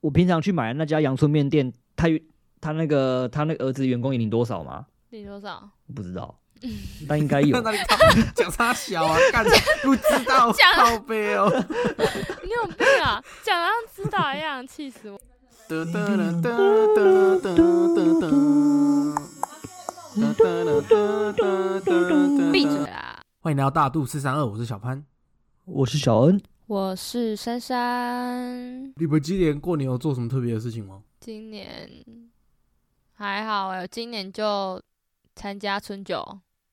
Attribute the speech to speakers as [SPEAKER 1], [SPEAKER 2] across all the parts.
[SPEAKER 1] 我平常去买的那家阳春面店，他他那个他那个儿子员工也领多少吗？
[SPEAKER 2] 你多少？
[SPEAKER 1] 我不知道，但应该有
[SPEAKER 3] 在。那里靠讲他小啊，干不知道
[SPEAKER 2] 讲
[SPEAKER 3] 靠背哦。
[SPEAKER 2] 你有病啊！讲得像知道一样，气死我！
[SPEAKER 3] 哒哒啦哒哒哒哒哒。哒哒啦哒哒哒 哒
[SPEAKER 2] 闭嘴！啊啦！
[SPEAKER 3] 欢迎来到大肚四三二，我是小潘。
[SPEAKER 1] 我是小恩，
[SPEAKER 2] 我是珊珊，
[SPEAKER 3] 你们今年过年有做什么特别的事情吗？
[SPEAKER 2] 今年还好哎、今年就参加春酒，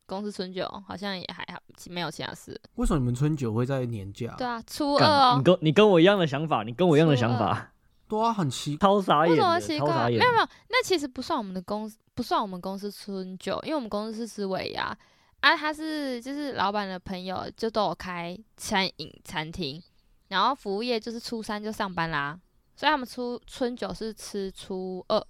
[SPEAKER 2] 公司春酒好像也还好，其没有其他事。
[SPEAKER 3] 为什么你们春酒会在年假？
[SPEAKER 2] 对啊，初二
[SPEAKER 1] 干嗯
[SPEAKER 2] 哦
[SPEAKER 1] 你，跟你跟我一样的想法，你跟我一样的想
[SPEAKER 2] 错
[SPEAKER 1] 法，
[SPEAKER 3] 对啊，很奇
[SPEAKER 1] 超傻
[SPEAKER 2] 为
[SPEAKER 1] 眼
[SPEAKER 2] 什么
[SPEAKER 1] 的，
[SPEAKER 2] 奇
[SPEAKER 1] 超
[SPEAKER 2] 怪？
[SPEAKER 1] 傻
[SPEAKER 2] 没
[SPEAKER 1] 眼
[SPEAKER 2] 有。没有，那其实不算我们的公司，不算我们公司春酒，因为我们公司是吃尾牙啊，他是就是老板的朋友就都有开餐饮餐厅，然后服务业就是初三就上班啦，所以他们初春酒是吃初二，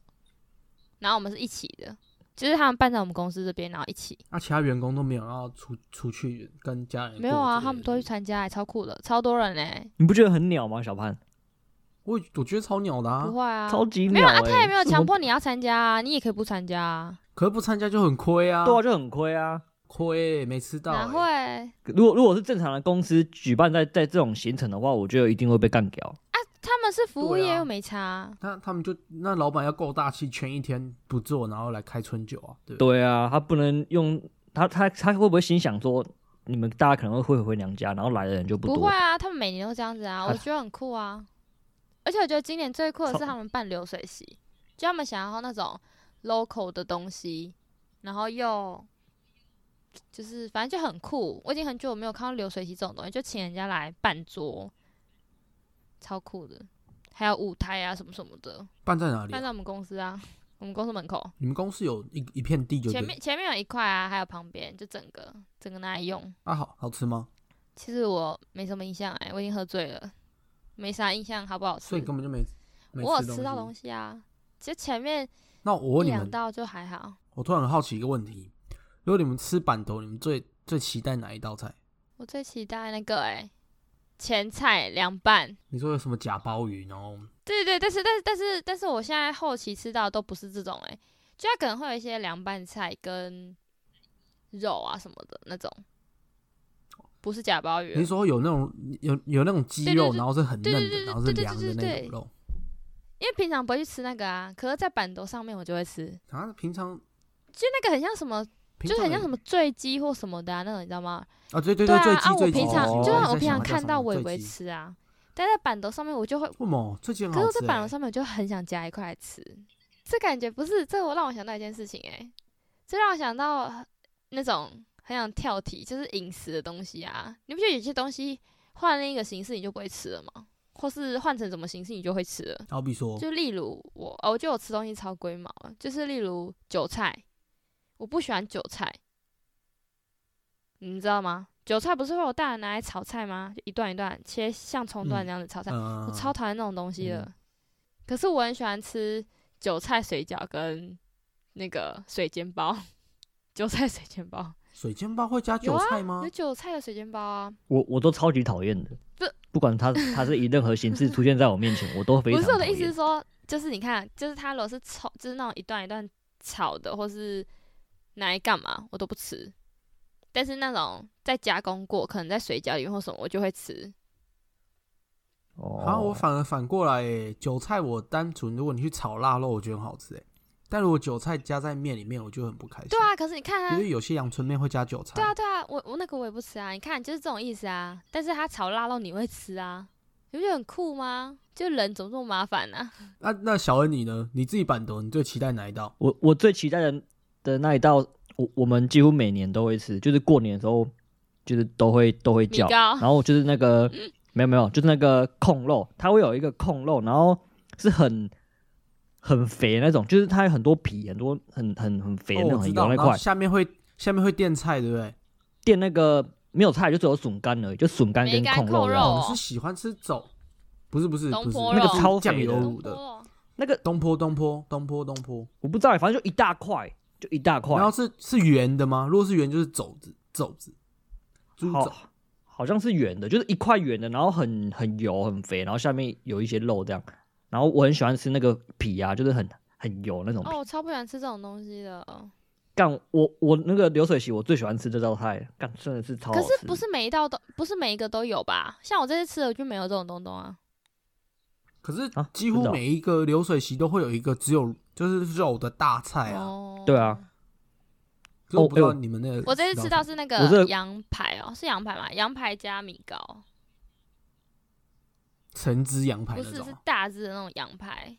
[SPEAKER 2] 然后我们是一起的，就是他们办在我们公司这边，然后一起。
[SPEAKER 3] 那、其他员工都没有要出出去跟家人过之类的？
[SPEAKER 2] 没有啊，他们都去参加、超酷的，超多人嘞、欸
[SPEAKER 1] 你不觉得很鸟吗，小潘？
[SPEAKER 3] 我我觉得超鸟的啊
[SPEAKER 2] 不，会啊，
[SPEAKER 1] 超级
[SPEAKER 2] 没
[SPEAKER 1] 鸟
[SPEAKER 2] 有
[SPEAKER 1] 哎、
[SPEAKER 2] 啊，他也没有
[SPEAKER 1] 这 怎么
[SPEAKER 2] 强迫你要参加啊，你也可以不参加啊，
[SPEAKER 3] 可是不参加就很亏啊，
[SPEAKER 1] 对啊，就很亏啊。
[SPEAKER 3] 亏、没吃到、
[SPEAKER 2] 哪
[SPEAKER 3] 欸。
[SPEAKER 2] 会？
[SPEAKER 1] 如果如果是正常的公司举办在在这种行程的话，我觉得一定会被干掉。
[SPEAKER 2] 他们是服务
[SPEAKER 3] 对
[SPEAKER 2] 业
[SPEAKER 3] 啊
[SPEAKER 2] 又没差啊，
[SPEAKER 3] 那他们就那老板要够大气，全一天不做，然后来开春酒啊，对不对？
[SPEAKER 1] 对啊，他不能用他他他会不会心想说，你们大家可能会回娘家，然后来的人就不
[SPEAKER 2] 不
[SPEAKER 1] 多？
[SPEAKER 2] 会啊，他们每年都这样子啊，
[SPEAKER 1] 他
[SPEAKER 2] 我觉得很酷啊。而且我觉得今年最酷的
[SPEAKER 1] 超
[SPEAKER 2] 是他们办流水席，就他们想要那种 local 的东西，然后又就是反正就很酷。我已经很久没有看到流水席这种东西，就请人家来办桌，超酷的。还有舞台啊什么什么的，
[SPEAKER 3] 办在哪里啊、
[SPEAKER 2] 办在我们公司啊，我们公司门口
[SPEAKER 3] 你们公司有一一片地就对
[SPEAKER 2] 前面前面有一块啊，还有旁边就整个整个拿来用。
[SPEAKER 3] 啊，好好吃吗？
[SPEAKER 2] 其实我没什么印象哎、我已经喝醉了，没啥印象好不好吃
[SPEAKER 3] 所以。根本就没没
[SPEAKER 2] 我有
[SPEAKER 3] 吃
[SPEAKER 2] 吃到
[SPEAKER 3] 东
[SPEAKER 2] 东
[SPEAKER 3] 西。
[SPEAKER 2] 西啊，其实前面
[SPEAKER 3] 那我
[SPEAKER 2] 一
[SPEAKER 3] 问你
[SPEAKER 2] 两
[SPEAKER 3] 们，
[SPEAKER 2] 道就还好。
[SPEAKER 3] 我突然很好奇一个问题：如果你们吃板头，你们最最期待哪一道菜？
[SPEAKER 2] 我最期待那个哎、前菜凉拌。
[SPEAKER 3] 你说有什么假鲍鱼，然后
[SPEAKER 2] 对对对，但是但是但是但是我现在后期吃到的都不是这种哎、就它可能会有一些凉拌菜跟肉啊什么的那种，不是假鲍鱼
[SPEAKER 3] 你是
[SPEAKER 2] 了，
[SPEAKER 3] 说有那种有有那种鸡
[SPEAKER 2] 对对
[SPEAKER 3] 肉，
[SPEAKER 2] 对
[SPEAKER 3] 然后是很
[SPEAKER 2] 对
[SPEAKER 3] 嫩
[SPEAKER 2] 对对
[SPEAKER 3] 的，然后是
[SPEAKER 2] 对对
[SPEAKER 3] 凉
[SPEAKER 2] 对
[SPEAKER 3] 的
[SPEAKER 2] 对
[SPEAKER 3] 那
[SPEAKER 2] 对
[SPEAKER 3] 种肉
[SPEAKER 2] 因为平常不会去吃那个啊，可是在板头上面我就会吃，
[SPEAKER 3] 啊？平常
[SPEAKER 2] 就那个很像什么，
[SPEAKER 3] 平
[SPEAKER 2] 就
[SPEAKER 3] 常
[SPEAKER 2] 是很像
[SPEAKER 3] 有
[SPEAKER 2] 什么醉鸡或什么的啊那种，你知道吗？
[SPEAKER 3] 啊？对对
[SPEAKER 2] 对
[SPEAKER 3] 醉
[SPEAKER 2] 啊，
[SPEAKER 3] 鸡
[SPEAKER 2] 啊，我
[SPEAKER 3] 醉鸡，
[SPEAKER 2] 平常
[SPEAKER 3] 哦
[SPEAKER 2] 就
[SPEAKER 3] 我
[SPEAKER 2] 算
[SPEAKER 3] 在
[SPEAKER 2] 我平
[SPEAKER 3] 想
[SPEAKER 2] 常
[SPEAKER 3] 它叫
[SPEAKER 2] 看
[SPEAKER 3] 什
[SPEAKER 2] 到
[SPEAKER 3] 么
[SPEAKER 2] 我也
[SPEAKER 3] 醉
[SPEAKER 2] 不会
[SPEAKER 3] 鸡
[SPEAKER 2] 吃啊，但在板凳上面我就会，
[SPEAKER 3] 为什么最近很
[SPEAKER 2] 可是
[SPEAKER 3] 好
[SPEAKER 2] 我
[SPEAKER 3] 吃、
[SPEAKER 2] 在
[SPEAKER 3] 欸？
[SPEAKER 2] 板凳上面我就很想夹一块来吃，这感觉不是这我让我想到一件事情哎、这让我想到呃那种很想跳题，就是饮食的东西啊，你不觉得有些东西换另一个形式你就不会吃了吗？或是换成什么形式你就会吃了？
[SPEAKER 3] 好比说，
[SPEAKER 2] 就例如我，哦，我就有吃东西超龟毛了，就是例如韭菜，我不喜欢韭菜，你知道吗？韭菜不是会有大人拿来炒菜吗？就一段一段切像葱段
[SPEAKER 3] 嗯
[SPEAKER 2] 那样子炒菜，
[SPEAKER 3] 嗯、
[SPEAKER 2] 我超讨厌那种东西的。
[SPEAKER 3] 嗯
[SPEAKER 2] 可是我很喜欢吃韭菜水饺跟那个水煎包， 韭菜水煎包
[SPEAKER 3] 水煎包会加
[SPEAKER 2] 有啊
[SPEAKER 3] 韭菜吗？
[SPEAKER 2] 有韭菜的水煎包啊，
[SPEAKER 1] 我我都超级讨厌的
[SPEAKER 2] 不。
[SPEAKER 1] 不管他他是以任何形式出现在我面前，我都非
[SPEAKER 2] 不
[SPEAKER 1] 常
[SPEAKER 2] 是我的
[SPEAKER 1] 讨
[SPEAKER 2] 意思
[SPEAKER 1] 厌
[SPEAKER 2] 是说，就是你看，就是它如果是炒，就是那种一段一段炒的，或是拿来干嘛，我都不吃。但是那种在加工过，可能在水饺里面或什么，我就会吃。
[SPEAKER 1] 哦，
[SPEAKER 3] 啊，我反而反过来耶、韭菜我单纯，如果你去炒腊肉，我觉得很好吃哎、但如果韭菜加在面里面，我就很不开心。
[SPEAKER 2] 对，啊，可是你看
[SPEAKER 3] 因为
[SPEAKER 2] 啊，
[SPEAKER 3] 有些阳春面会加韭菜。
[SPEAKER 2] 对啊，对啊，我我那个我也不吃啊。你看，就是这种意思啊。但是它炒腊肉你会吃啊，你不觉得很酷吗？就人怎么这么麻烦呢、啊？
[SPEAKER 3] 那、那小恩你呢？你自己板头，你最期待哪一道？
[SPEAKER 1] 我我最期待的的那一道，我我们几乎每年都会吃，就是过年的时候，就是都会都会
[SPEAKER 2] 米
[SPEAKER 1] 叫，
[SPEAKER 2] 糕嗯
[SPEAKER 1] 然后就是那个没有没有，就是那个控肉，它会有一个控肉，然后是很很肥的那种，就是它有很多皮，很多很很很肥的那
[SPEAKER 3] 哦，
[SPEAKER 1] 种，
[SPEAKER 3] 我知
[SPEAKER 1] 很油
[SPEAKER 3] 道，
[SPEAKER 1] 那
[SPEAKER 3] 然后
[SPEAKER 1] 块，
[SPEAKER 3] 下面会下面会垫菜，对不对？
[SPEAKER 1] 垫那个没有菜，就只有笋干而已，就笋干跟
[SPEAKER 2] 梅
[SPEAKER 1] 控
[SPEAKER 2] 干
[SPEAKER 1] 肉
[SPEAKER 2] 扣
[SPEAKER 1] 这
[SPEAKER 2] 肉
[SPEAKER 1] 样
[SPEAKER 3] 哦，你是喜欢吃肘？不是不是
[SPEAKER 2] 东
[SPEAKER 3] 不是，
[SPEAKER 2] 坡
[SPEAKER 1] 那个
[SPEAKER 2] 肉
[SPEAKER 1] 超
[SPEAKER 3] 酱
[SPEAKER 1] 肥
[SPEAKER 3] 油
[SPEAKER 1] 的，
[SPEAKER 3] 卤的
[SPEAKER 2] 哦
[SPEAKER 1] 那个
[SPEAKER 3] 东坡东坡东坡东坡，
[SPEAKER 1] 我不知道，反正就一大块，就一大块
[SPEAKER 3] 然，后是是圆的吗？如果是圆就是肘子肘子，猪肘
[SPEAKER 1] 好。好像是圆的，就是一块圆的，然后很很油很肥，然后下面有一些肉这样，然后我很喜欢吃那个皮啊，就是很很油那种皮。
[SPEAKER 2] 哦，我超不喜欢吃这种东西的。哦
[SPEAKER 1] 干我我那个流水席，我最喜欢吃这道菜，干真的是超好
[SPEAKER 2] 可
[SPEAKER 1] 吃。
[SPEAKER 2] 是不是每一道都不是每一个都有吧？像我这次吃的就没有这种东东啊。
[SPEAKER 3] 可是
[SPEAKER 1] 啊
[SPEAKER 3] 几
[SPEAKER 1] 真
[SPEAKER 3] 乎
[SPEAKER 1] 的哦
[SPEAKER 3] 每一个流水席都会有一个只有就是肉的大菜啊。
[SPEAKER 2] 哦，
[SPEAKER 1] 哎对啊，
[SPEAKER 3] 可是我
[SPEAKER 1] 哦
[SPEAKER 3] 不
[SPEAKER 1] 哎
[SPEAKER 3] 知
[SPEAKER 1] 呦
[SPEAKER 3] 道你们那个，
[SPEAKER 2] 我这次吃到是那
[SPEAKER 1] 我这
[SPEAKER 2] 个羊排哦，是羊排吗？羊排加米糕，
[SPEAKER 3] 橙汁羊排
[SPEAKER 2] 不
[SPEAKER 3] 那
[SPEAKER 2] 是
[SPEAKER 3] 种啊
[SPEAKER 2] 是，大只的那种羊排，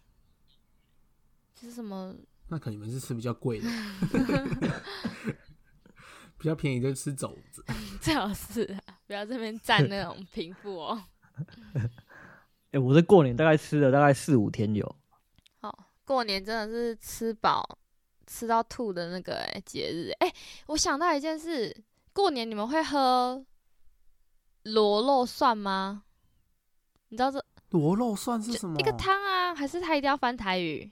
[SPEAKER 2] 是什么？
[SPEAKER 3] 那可能你们是吃比较贵的， 比较便宜就吃肘子。
[SPEAKER 2] 最好是、啊、不要这边占那 种贫富哦。
[SPEAKER 1] 哎、我这过年大概吃了大概四五天有，
[SPEAKER 2] 好，过年真的是吃饱吃到吐的那个、欸、节日。哎、我想到一件事，过年你们会喝螺肉蒜吗？你知道这
[SPEAKER 3] 螺肉蒜是什么？
[SPEAKER 2] 一个汤啊，还是他一定要翻台语？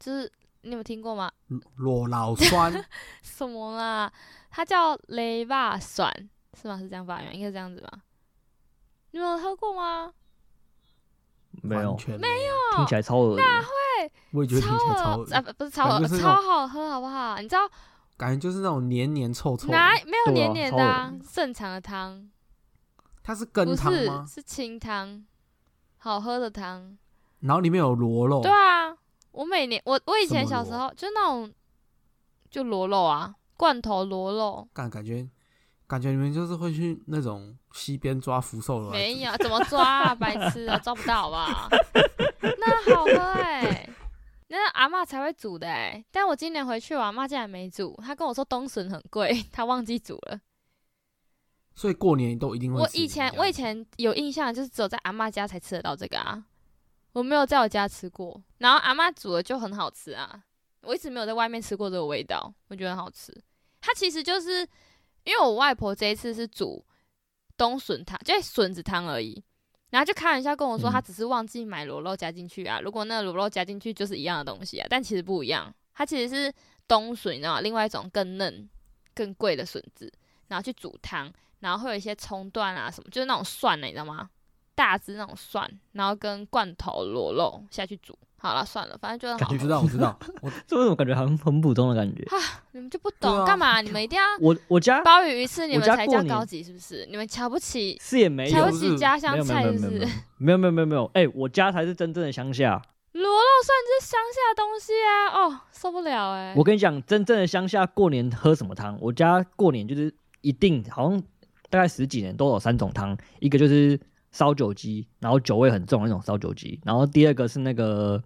[SPEAKER 2] 就是你有听过吗？
[SPEAKER 3] 螺老酸，
[SPEAKER 2] 什么啦？它叫雷霸蒜，是吗？是这样发音，应该是这样子吧？你们有喝过吗？
[SPEAKER 1] 没有
[SPEAKER 3] 完，全没有。
[SPEAKER 1] 听起来超恶心。
[SPEAKER 3] 我也觉得听起来超
[SPEAKER 2] 超
[SPEAKER 3] 恶
[SPEAKER 2] 恶
[SPEAKER 3] 心
[SPEAKER 2] 啊，，不不是超
[SPEAKER 3] 感
[SPEAKER 2] 恶
[SPEAKER 3] 觉是那
[SPEAKER 2] 超
[SPEAKER 3] 种
[SPEAKER 2] 好喝，好不好？你知道
[SPEAKER 3] 感觉就是那种黏黏臭臭的。
[SPEAKER 2] 哪没
[SPEAKER 1] 对啊
[SPEAKER 2] 有黏黏的、啊
[SPEAKER 1] 超
[SPEAKER 2] 正常的汤，
[SPEAKER 3] 它是羹
[SPEAKER 2] 不
[SPEAKER 3] 汤
[SPEAKER 2] 是
[SPEAKER 3] 吗？
[SPEAKER 2] 是清汤，好喝的汤。
[SPEAKER 3] 然后里面有螺肉
[SPEAKER 2] 对，啊，我每年我我以前
[SPEAKER 3] 哦什
[SPEAKER 2] 小
[SPEAKER 3] 么螺
[SPEAKER 2] 时候就那种就螺肉啊，罐头螺肉，
[SPEAKER 3] 感感觉感觉你们就是会去那种溪边抓福寿螺来
[SPEAKER 2] 没
[SPEAKER 3] 煮。
[SPEAKER 2] 有，怎么抓啊？白痴啊，抓不到好不好？那好喝哎、那阿嬷才会煮的哎、但我今年回去，我阿嬷竟然没煮，她跟我说冬笋很贵，她忘记煮了。
[SPEAKER 3] 所以过年都一定会
[SPEAKER 2] 我
[SPEAKER 3] 吃
[SPEAKER 2] 以前我以前有印象，就是只有在阿嬷家才吃得到这个啊，我没有在我家吃过。然后阿嬷煮的就很好吃啊，我一直没有在外面吃过这个味道，我觉得很好吃。它其实就是因为我外婆这一次是煮冬笋汤，就是笋子汤而已。然后就开玩笑跟我说，
[SPEAKER 1] 嗯
[SPEAKER 2] 她只是忘记买螺肉加进去啊。如果那个螺肉加进去，就是一样的东西啊，但其实不一样。它其实是冬笋，你知道吗？另外一种更嫩、更贵的笋子，然后去煮汤，然后会有一些葱段啊什么，就是那种蒜呢、你知道吗？大只那种蒜，然后跟罐头螺肉下去煮。好了，算了，反正就很
[SPEAKER 1] 感
[SPEAKER 2] 好
[SPEAKER 3] 我知
[SPEAKER 2] 吃。
[SPEAKER 3] 道我知道，我
[SPEAKER 1] 这为什么感觉很很普通的感觉？
[SPEAKER 2] 你们就不
[SPEAKER 3] 对
[SPEAKER 2] 懂
[SPEAKER 3] 啊
[SPEAKER 2] 干嘛？你们一定要
[SPEAKER 1] 我我家
[SPEAKER 2] 鲍鱼鱼翅，你
[SPEAKER 1] 我
[SPEAKER 2] 们
[SPEAKER 1] 家
[SPEAKER 2] 才
[SPEAKER 1] 过
[SPEAKER 2] 叫
[SPEAKER 1] 年
[SPEAKER 2] 高级是不是？你们瞧不起
[SPEAKER 1] 是也没
[SPEAKER 2] 瞧
[SPEAKER 1] 有
[SPEAKER 2] 不，
[SPEAKER 3] 不
[SPEAKER 2] 起
[SPEAKER 3] 是
[SPEAKER 2] 家
[SPEAKER 1] 没
[SPEAKER 2] 乡
[SPEAKER 1] 有
[SPEAKER 2] 菜
[SPEAKER 1] 没有
[SPEAKER 2] 是
[SPEAKER 1] 没
[SPEAKER 2] 不
[SPEAKER 1] 有
[SPEAKER 2] 是？
[SPEAKER 1] 没有没有没有没有没有没有，哎、我家才是真正的乡下。
[SPEAKER 2] 螺肉算是乡下东西啊，哦，受不了哎、
[SPEAKER 1] 我跟你讲，真正的乡下过年喝什么汤？我家过年就是一定好像大概十几年都有三种汤，一个就是烧酒鸡，然后酒味很重的那种烧酒鸡，然后第二个是那个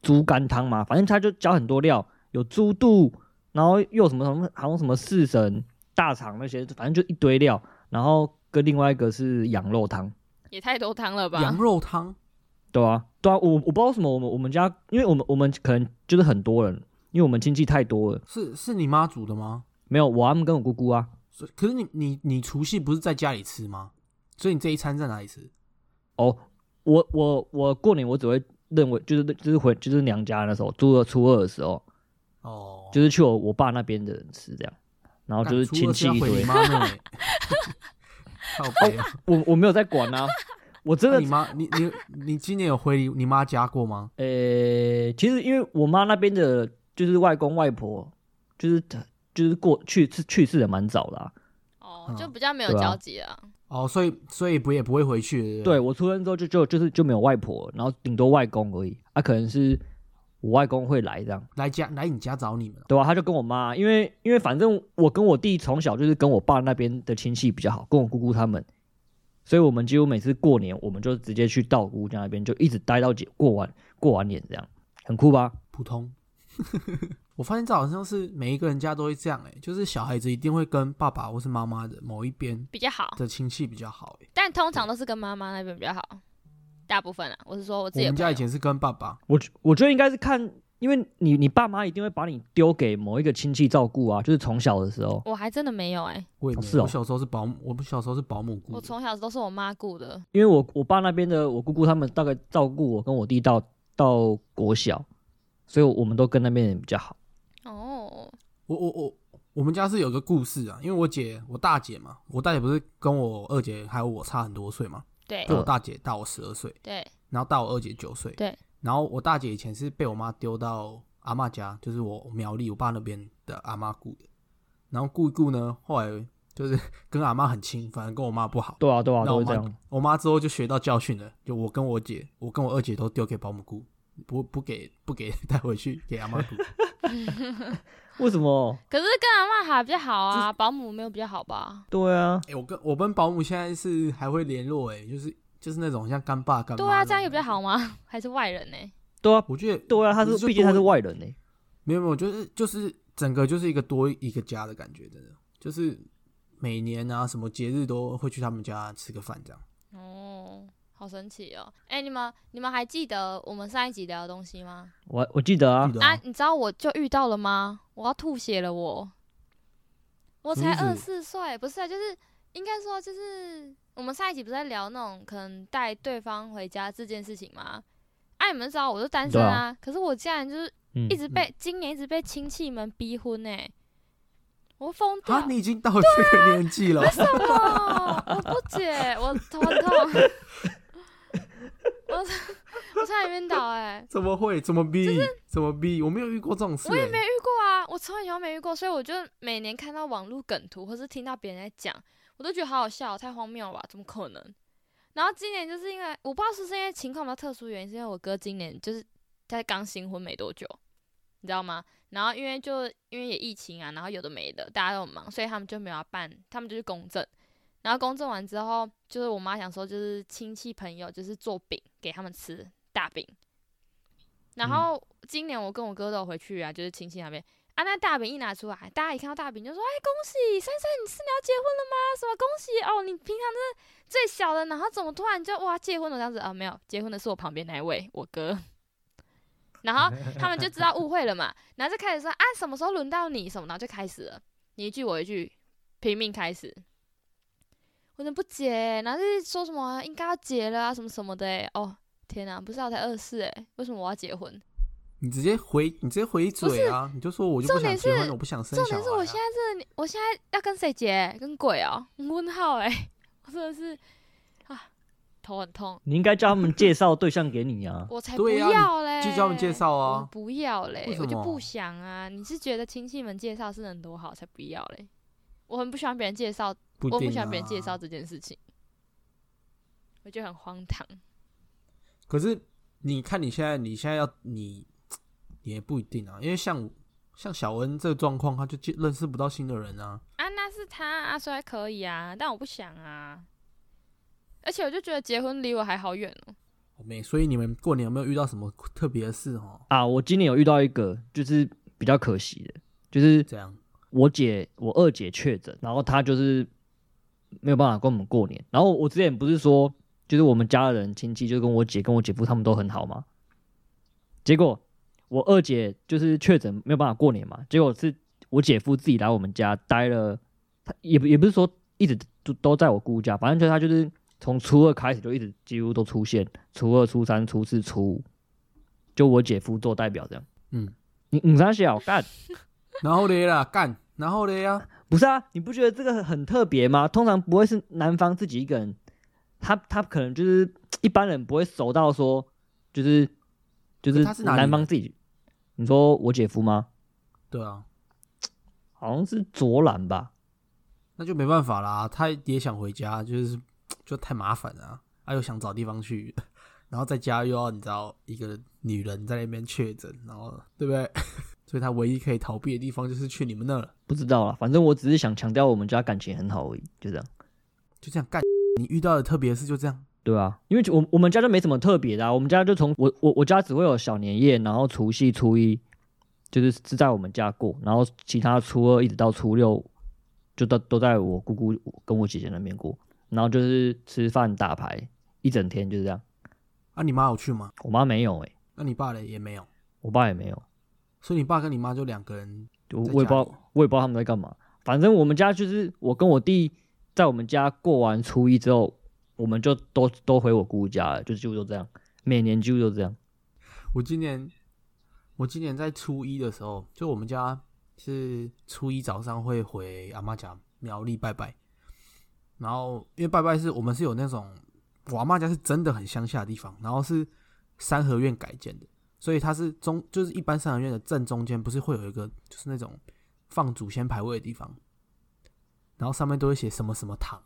[SPEAKER 1] 猪肝汤嘛，反正它就加很多料，有猪肚，然后又有什么什么好像什么四神、大肠那些，反正就一堆料，然后跟另外一个是羊肉汤。
[SPEAKER 2] 也太多汤了吧？
[SPEAKER 3] 羊肉汤
[SPEAKER 1] 对啊，对啊，我我不知道为什么，我们我们家，因为我们我们可能就是很多人，因为我们亲戚太多了，
[SPEAKER 3] 是是你妈煮的吗？
[SPEAKER 1] 没有我阿姆跟我姑姑啊，
[SPEAKER 3] 所以可是你你你除夕不是在家里吃吗？所以你这一餐在哪里吃？
[SPEAKER 1] 哦，我我我过年我只会认为就是就是回就是娘家那时候，初二初二的时候，
[SPEAKER 3] 哦，
[SPEAKER 1] 就是去我我爸那边的人吃这样，然后
[SPEAKER 3] 干
[SPEAKER 1] 就是
[SPEAKER 3] 啊初
[SPEAKER 1] 亲
[SPEAKER 3] 二
[SPEAKER 1] 戚
[SPEAKER 3] 要
[SPEAKER 1] 一
[SPEAKER 3] 回
[SPEAKER 1] 堆
[SPEAKER 3] 你，妈那里。靠北啊
[SPEAKER 1] 我我没有在管 啊，我真
[SPEAKER 3] 那
[SPEAKER 1] 的
[SPEAKER 3] 你妈，你你你今年有回你你妈家过吗？
[SPEAKER 1] 呃、其实因为我妈那边的，就是外公外婆，就是就是过去去去世的蛮早的、啊，
[SPEAKER 2] 哦
[SPEAKER 3] 嗯，
[SPEAKER 2] 就比较没有
[SPEAKER 1] 对啊
[SPEAKER 2] 交集了。
[SPEAKER 3] 哦，所以所以不也不会回去。不
[SPEAKER 1] 对，我出生之后就就就是就没有外婆，然后顶多外公而已。啊，可能是我外公会来这样，
[SPEAKER 3] 来家来你家找你们哦。
[SPEAKER 1] 对吧、他就跟我妈，因为因为反正我跟我弟从小就是跟我爸那边的亲戚比较好，跟我姑姑他们，所以我们几乎每次过年我们就直接去到我姑姑家那边，就一直待到结过完过完年这样，很酷吧？
[SPEAKER 3] 普通。 我发现这好像是每一个人家都会这样哎、就是小孩子一定会跟爸爸或是妈妈的某一边
[SPEAKER 2] 比较好，
[SPEAKER 3] 的亲戚比较好哎、
[SPEAKER 2] 但通常都是跟妈妈那边比较好，大部分啊，我是说我自己的
[SPEAKER 3] 我们家
[SPEAKER 2] 朋
[SPEAKER 3] 以
[SPEAKER 2] 友
[SPEAKER 3] 前是跟爸爸，
[SPEAKER 1] 我觉我觉得应该是看，因为你你爸妈一定会把你丢给某一个亲戚照顾啊，就是从小的时候。
[SPEAKER 2] 我还真的没有哎、
[SPEAKER 3] 我也
[SPEAKER 1] 哦
[SPEAKER 3] 没有、
[SPEAKER 1] 是哦
[SPEAKER 3] 我小时候是保姆，我们小时候是保姆雇
[SPEAKER 2] 我
[SPEAKER 3] 的。
[SPEAKER 2] 从小都是我妈雇的，
[SPEAKER 1] 因为我我爸那边的我姑姑他们大概照顾我跟我弟到到国小，所以我们都跟那边人比较好。
[SPEAKER 2] 哦，
[SPEAKER 3] 我我我我们家是有个故事啊，因为我姐我大姐嘛，我大姐不是跟我二姐还有我差很多岁嘛，
[SPEAKER 2] 对
[SPEAKER 3] 就我大姐大我十二岁，
[SPEAKER 2] 对，
[SPEAKER 3] 然后大我二姐九岁。
[SPEAKER 2] 对，
[SPEAKER 3] 然后我大姐以前是被我妈丢到阿嬷家，就是我苗栗我爸那边的阿嬷雇的。然后雇一雇呢，后来就是 跟阿嬷很亲，反正跟我妈不好。
[SPEAKER 1] 对啊，对啊，
[SPEAKER 3] 那
[SPEAKER 1] 都
[SPEAKER 3] 我
[SPEAKER 1] 是这
[SPEAKER 3] 妈
[SPEAKER 1] 样。
[SPEAKER 3] 我妈之后就学到教训了，就我跟我姐，我跟我二姐都丢给保姆雇，不不给不给 带回去给阿妈雇。
[SPEAKER 1] 为什么？
[SPEAKER 2] 可是跟阿妈还比较好啊，保姆没有比较好吧？
[SPEAKER 1] 对啊，
[SPEAKER 3] 哎、我跟我跟保姆现在是还会联络、哎，就是就是那种像干爸干妈。
[SPEAKER 2] 对啊，这样有比较。好吗？ 还是外人呢、
[SPEAKER 1] 对啊，
[SPEAKER 3] 我觉得
[SPEAKER 1] 对啊，他
[SPEAKER 3] 不
[SPEAKER 1] 是
[SPEAKER 3] 就
[SPEAKER 1] 毕竟他
[SPEAKER 3] 多
[SPEAKER 1] 是外人欸呢、
[SPEAKER 3] 没有没有，就是就是整个就是一个多一个家的感觉，真的就是每年啊什么节日都会去他们家吃个饭这样。
[SPEAKER 2] 哦，好神奇哦！哎、你们你们还记得我们上一集聊的东西吗？
[SPEAKER 1] 我我记得啊
[SPEAKER 3] 记，得
[SPEAKER 2] 啊
[SPEAKER 3] 啊，，
[SPEAKER 2] 你知道我就遇到了吗？我要吐血了我！我
[SPEAKER 3] 什
[SPEAKER 2] 才
[SPEAKER 3] 么
[SPEAKER 2] 二
[SPEAKER 3] 意
[SPEAKER 2] 四岁，不是啊，就是应该说就是我们上一集不是在聊那种可能带对方回家这件事情吗？哎、你们知道我是单身
[SPEAKER 1] 对
[SPEAKER 2] 啊，
[SPEAKER 1] 啊
[SPEAKER 2] 可是我竟然就是
[SPEAKER 1] 嗯
[SPEAKER 2] 一，直被、今年一直被亲戚们逼婚呢、我疯掉
[SPEAKER 3] 啊，你已经到这个年纪了，
[SPEAKER 2] 哦， 我不解，我头很痛， 我我差点晕倒哎、
[SPEAKER 3] 怎么会？怎么逼？怎么逼？我没有遇过这种事、
[SPEAKER 2] 我也
[SPEAKER 3] 哎
[SPEAKER 2] 没遇过啊，我从以前没遇过，所以我就每年看到网络梗图或是听到别人在讲，我都觉得好好笑，太荒谬了吧？怎么可能？然后今年就是因为我不知道是不是因为情况比较特殊原因，是因为我哥今年就是他刚新婚没多久，你知道吗？然后因为就因为也疫情啊，然后有的没的，大家都很忙，所以他们就没有要办，他们就去公证。然后公证完之后，就是我妈想说，就是亲戚朋友就是做饼给他们吃，大饼。然
[SPEAKER 3] 嗯
[SPEAKER 2] 后今年我跟我哥都有回去啊，就是亲戚那边啊，那大饼一拿出来，大家一看到大饼就说：“哎，恭喜珊珊，你是你要结婚了吗？什么恭喜哦，你平常是最小的，然后怎么突然就哇结婚了这样子啊？没有，结婚的是我旁边那一位，我哥。 然后他们就知道误会了嘛，然后就开始说啊，什么时候轮到你什么，然后就开始了，你一句我一句，拼命开始。我真的不解，然后就是说什么应该要结了啊，什么什么的哎、哦天哪，不是啊我才二四哎，为什么我要结婚？
[SPEAKER 3] 你直接回，你直接回嘴啊！你就说我就不
[SPEAKER 2] 重
[SPEAKER 3] 想
[SPEAKER 2] 点
[SPEAKER 3] 结
[SPEAKER 2] 是
[SPEAKER 3] 婚，我不想生
[SPEAKER 2] 重
[SPEAKER 3] 小
[SPEAKER 2] 点
[SPEAKER 3] 孩、
[SPEAKER 2] 是
[SPEAKER 3] 啊。
[SPEAKER 2] 我现在这个，我现在要跟谁结？跟鬼哦、问号哎、 我真的是啊，头很痛，
[SPEAKER 1] 你应该叫他们介绍对象给你 啊。
[SPEAKER 2] 我才不
[SPEAKER 3] 对啊你
[SPEAKER 2] 要嘞，
[SPEAKER 3] 就叫他们介绍啊
[SPEAKER 2] 我不要嘞
[SPEAKER 3] 为，什
[SPEAKER 2] 我
[SPEAKER 3] 么
[SPEAKER 2] 就不想啊。你是觉得亲戚们介绍是能多好才不要嘞？我很不喜欢别人介绍，
[SPEAKER 3] 不一
[SPEAKER 2] 我
[SPEAKER 3] 定、
[SPEAKER 2] 不
[SPEAKER 3] 啊、
[SPEAKER 2] 喜欢别人介绍这件事情，我觉得很荒唐。
[SPEAKER 3] 可是你看你现在，你现在要你也不一定啊，因为像像小恩这个状况，他就接认识不到新的人啊。
[SPEAKER 2] 啊，那是他啊，虽然可以啊，但我不想啊。而且我就觉得结婚离我还好远哦。
[SPEAKER 3] 没，所以你们过年有没有遇到什么特别的事哦？
[SPEAKER 1] 啊，我今年有遇到一个就是比较可惜的，就是
[SPEAKER 3] 这样，
[SPEAKER 1] 我姐，我二姐确诊，然后她就是没有办法跟我们过年。然后我之前不是说，就是我们家的人亲戚，就跟我姐跟我姐夫他们都很好嘛。结果我二姐就是确诊没有办法过年嘛，结果是我姐夫自己来我们家待了，他也不也不是说一直都都在我姑家，反正就是他就是从初二开始就一直几乎都出现，初二、初三、初四、初五，就我姐夫做代表这样。
[SPEAKER 3] 嗯，
[SPEAKER 1] 你你啥小干？
[SPEAKER 3] 然后嘞啦，干，然后嘞呀、啊，
[SPEAKER 1] 不是啊，你不觉得这个很很特别吗？通常不会是男方自己一个人，他他可能就是一般人不会熟到说，就是就
[SPEAKER 3] 可
[SPEAKER 1] 是
[SPEAKER 3] 他是哪里人
[SPEAKER 1] 男方自己。你说我姐夫吗？
[SPEAKER 3] 对啊，
[SPEAKER 1] 好像是左蓝吧？
[SPEAKER 3] 那就没办法啦，他也想回家，就是就太麻烦了啊，啊又想找地方去，然后在家又要你知道一个女人在那边确诊，然后对不对？ 所以他唯一可以逃避的地方就是去你们那了，
[SPEAKER 1] 不知道啦，反正我只是想强调我们家感情很好而已，就这样。
[SPEAKER 3] 就这样干。你遇到的特别的事就这样，
[SPEAKER 1] 对啊，因为就我我们家就没什么特别的、啊，我们家就从我我我家只会有小年夜，然后除夕、初一就是是在我们家过，然后其他初二一直到初六就都都在我姑姑跟我姐姐那边过，然后就是吃饭打牌一整天就是这样。
[SPEAKER 3] 啊，你妈有去吗？
[SPEAKER 1] 我妈没有诶、
[SPEAKER 3] 那、你爸嘞也没有，
[SPEAKER 1] 我爸也没有，
[SPEAKER 3] 所以你爸跟你妈就两个人，
[SPEAKER 1] 我我也
[SPEAKER 3] 在
[SPEAKER 1] 不知
[SPEAKER 3] 家
[SPEAKER 1] 道
[SPEAKER 3] 里哦
[SPEAKER 1] 我也不知道他们在干嘛。反正我们家就是我跟我弟在我们家过完初一之后，我们就都都回我姑姑家了，就几乎都这样，每年几乎都这样。
[SPEAKER 3] 我今年，我今年在初一的时候，就我们家是初一早上会回阿妈家苗栗拜拜，然后因为拜拜是我们是有那种我阿妈家是真的很乡下的地方，然后是三合院改建的，所以它是中就是一般三合院的正中间，不是会有一个就是那种放祖先牌位的地方，然后上面都会写什么什么堂，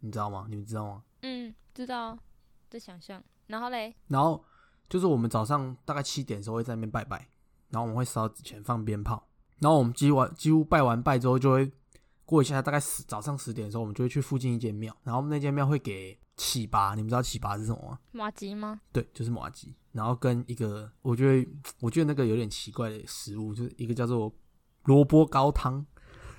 [SPEAKER 3] 你知道吗？你们知道吗？
[SPEAKER 2] 嗯，知道，在想象。然后嘞，
[SPEAKER 3] 然后就是我们早上大概七点的时候会在那边拜拜，然后我们会烧纸钱放鞭炮，然后我们几完几乎拜完拜之后就会过一下，大概十早上十点的时候，我们就会去附近一间庙，然后那间庙会给起拔，你们知道起拔是什么吗？
[SPEAKER 2] 马吉吗？
[SPEAKER 3] 对，就是麻吉，然后跟一个我觉得我觉得那个有点奇怪的食物，就是一个叫做萝卜糕汤，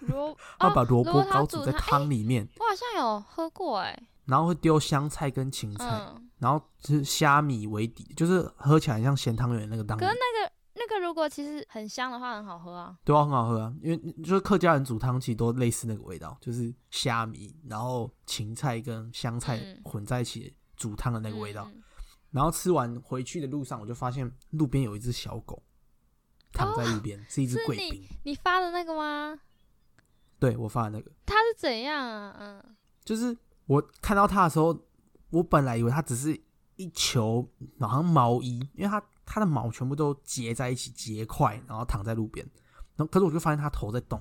[SPEAKER 2] 萝，
[SPEAKER 3] 他把
[SPEAKER 2] 哦，
[SPEAKER 3] 萝卜
[SPEAKER 2] 萝卜
[SPEAKER 3] 糕
[SPEAKER 2] 汤
[SPEAKER 3] 煮
[SPEAKER 2] 煮
[SPEAKER 3] 在
[SPEAKER 2] 哦汤哎
[SPEAKER 3] 汤里面，
[SPEAKER 2] 我好像有喝过哎、
[SPEAKER 3] 然后会丢香菜跟芹菜，
[SPEAKER 2] 嗯，
[SPEAKER 3] 然后就是虾米为底，就是喝起来像咸汤圆那个汤
[SPEAKER 2] 可
[SPEAKER 3] 圆
[SPEAKER 2] 是。那个那个如果其实很香的话，很好喝啊。
[SPEAKER 3] 对啊，很好喝啊，因为就是客家人煮汤其实都类似那个味道，就是虾米，然后芹菜跟香菜
[SPEAKER 2] 嗯
[SPEAKER 3] 混在一起煮汤的那个味道。
[SPEAKER 2] 嗯，嗯
[SPEAKER 3] 然后吃完回去的路上，我就发现路边有一只小狗躺在路边，是一只
[SPEAKER 2] 哦是
[SPEAKER 3] 贵
[SPEAKER 2] 你
[SPEAKER 3] 宾。
[SPEAKER 2] 你发的那个吗？
[SPEAKER 3] 对我发的那个，
[SPEAKER 2] 它是怎样啊？嗯，
[SPEAKER 3] 就是我看到它的时候，我本来以为它只是一球，好像毛衣，因为它它的毛全部都结在一起结块，然后躺在路边。然后可是我就发现它头在动，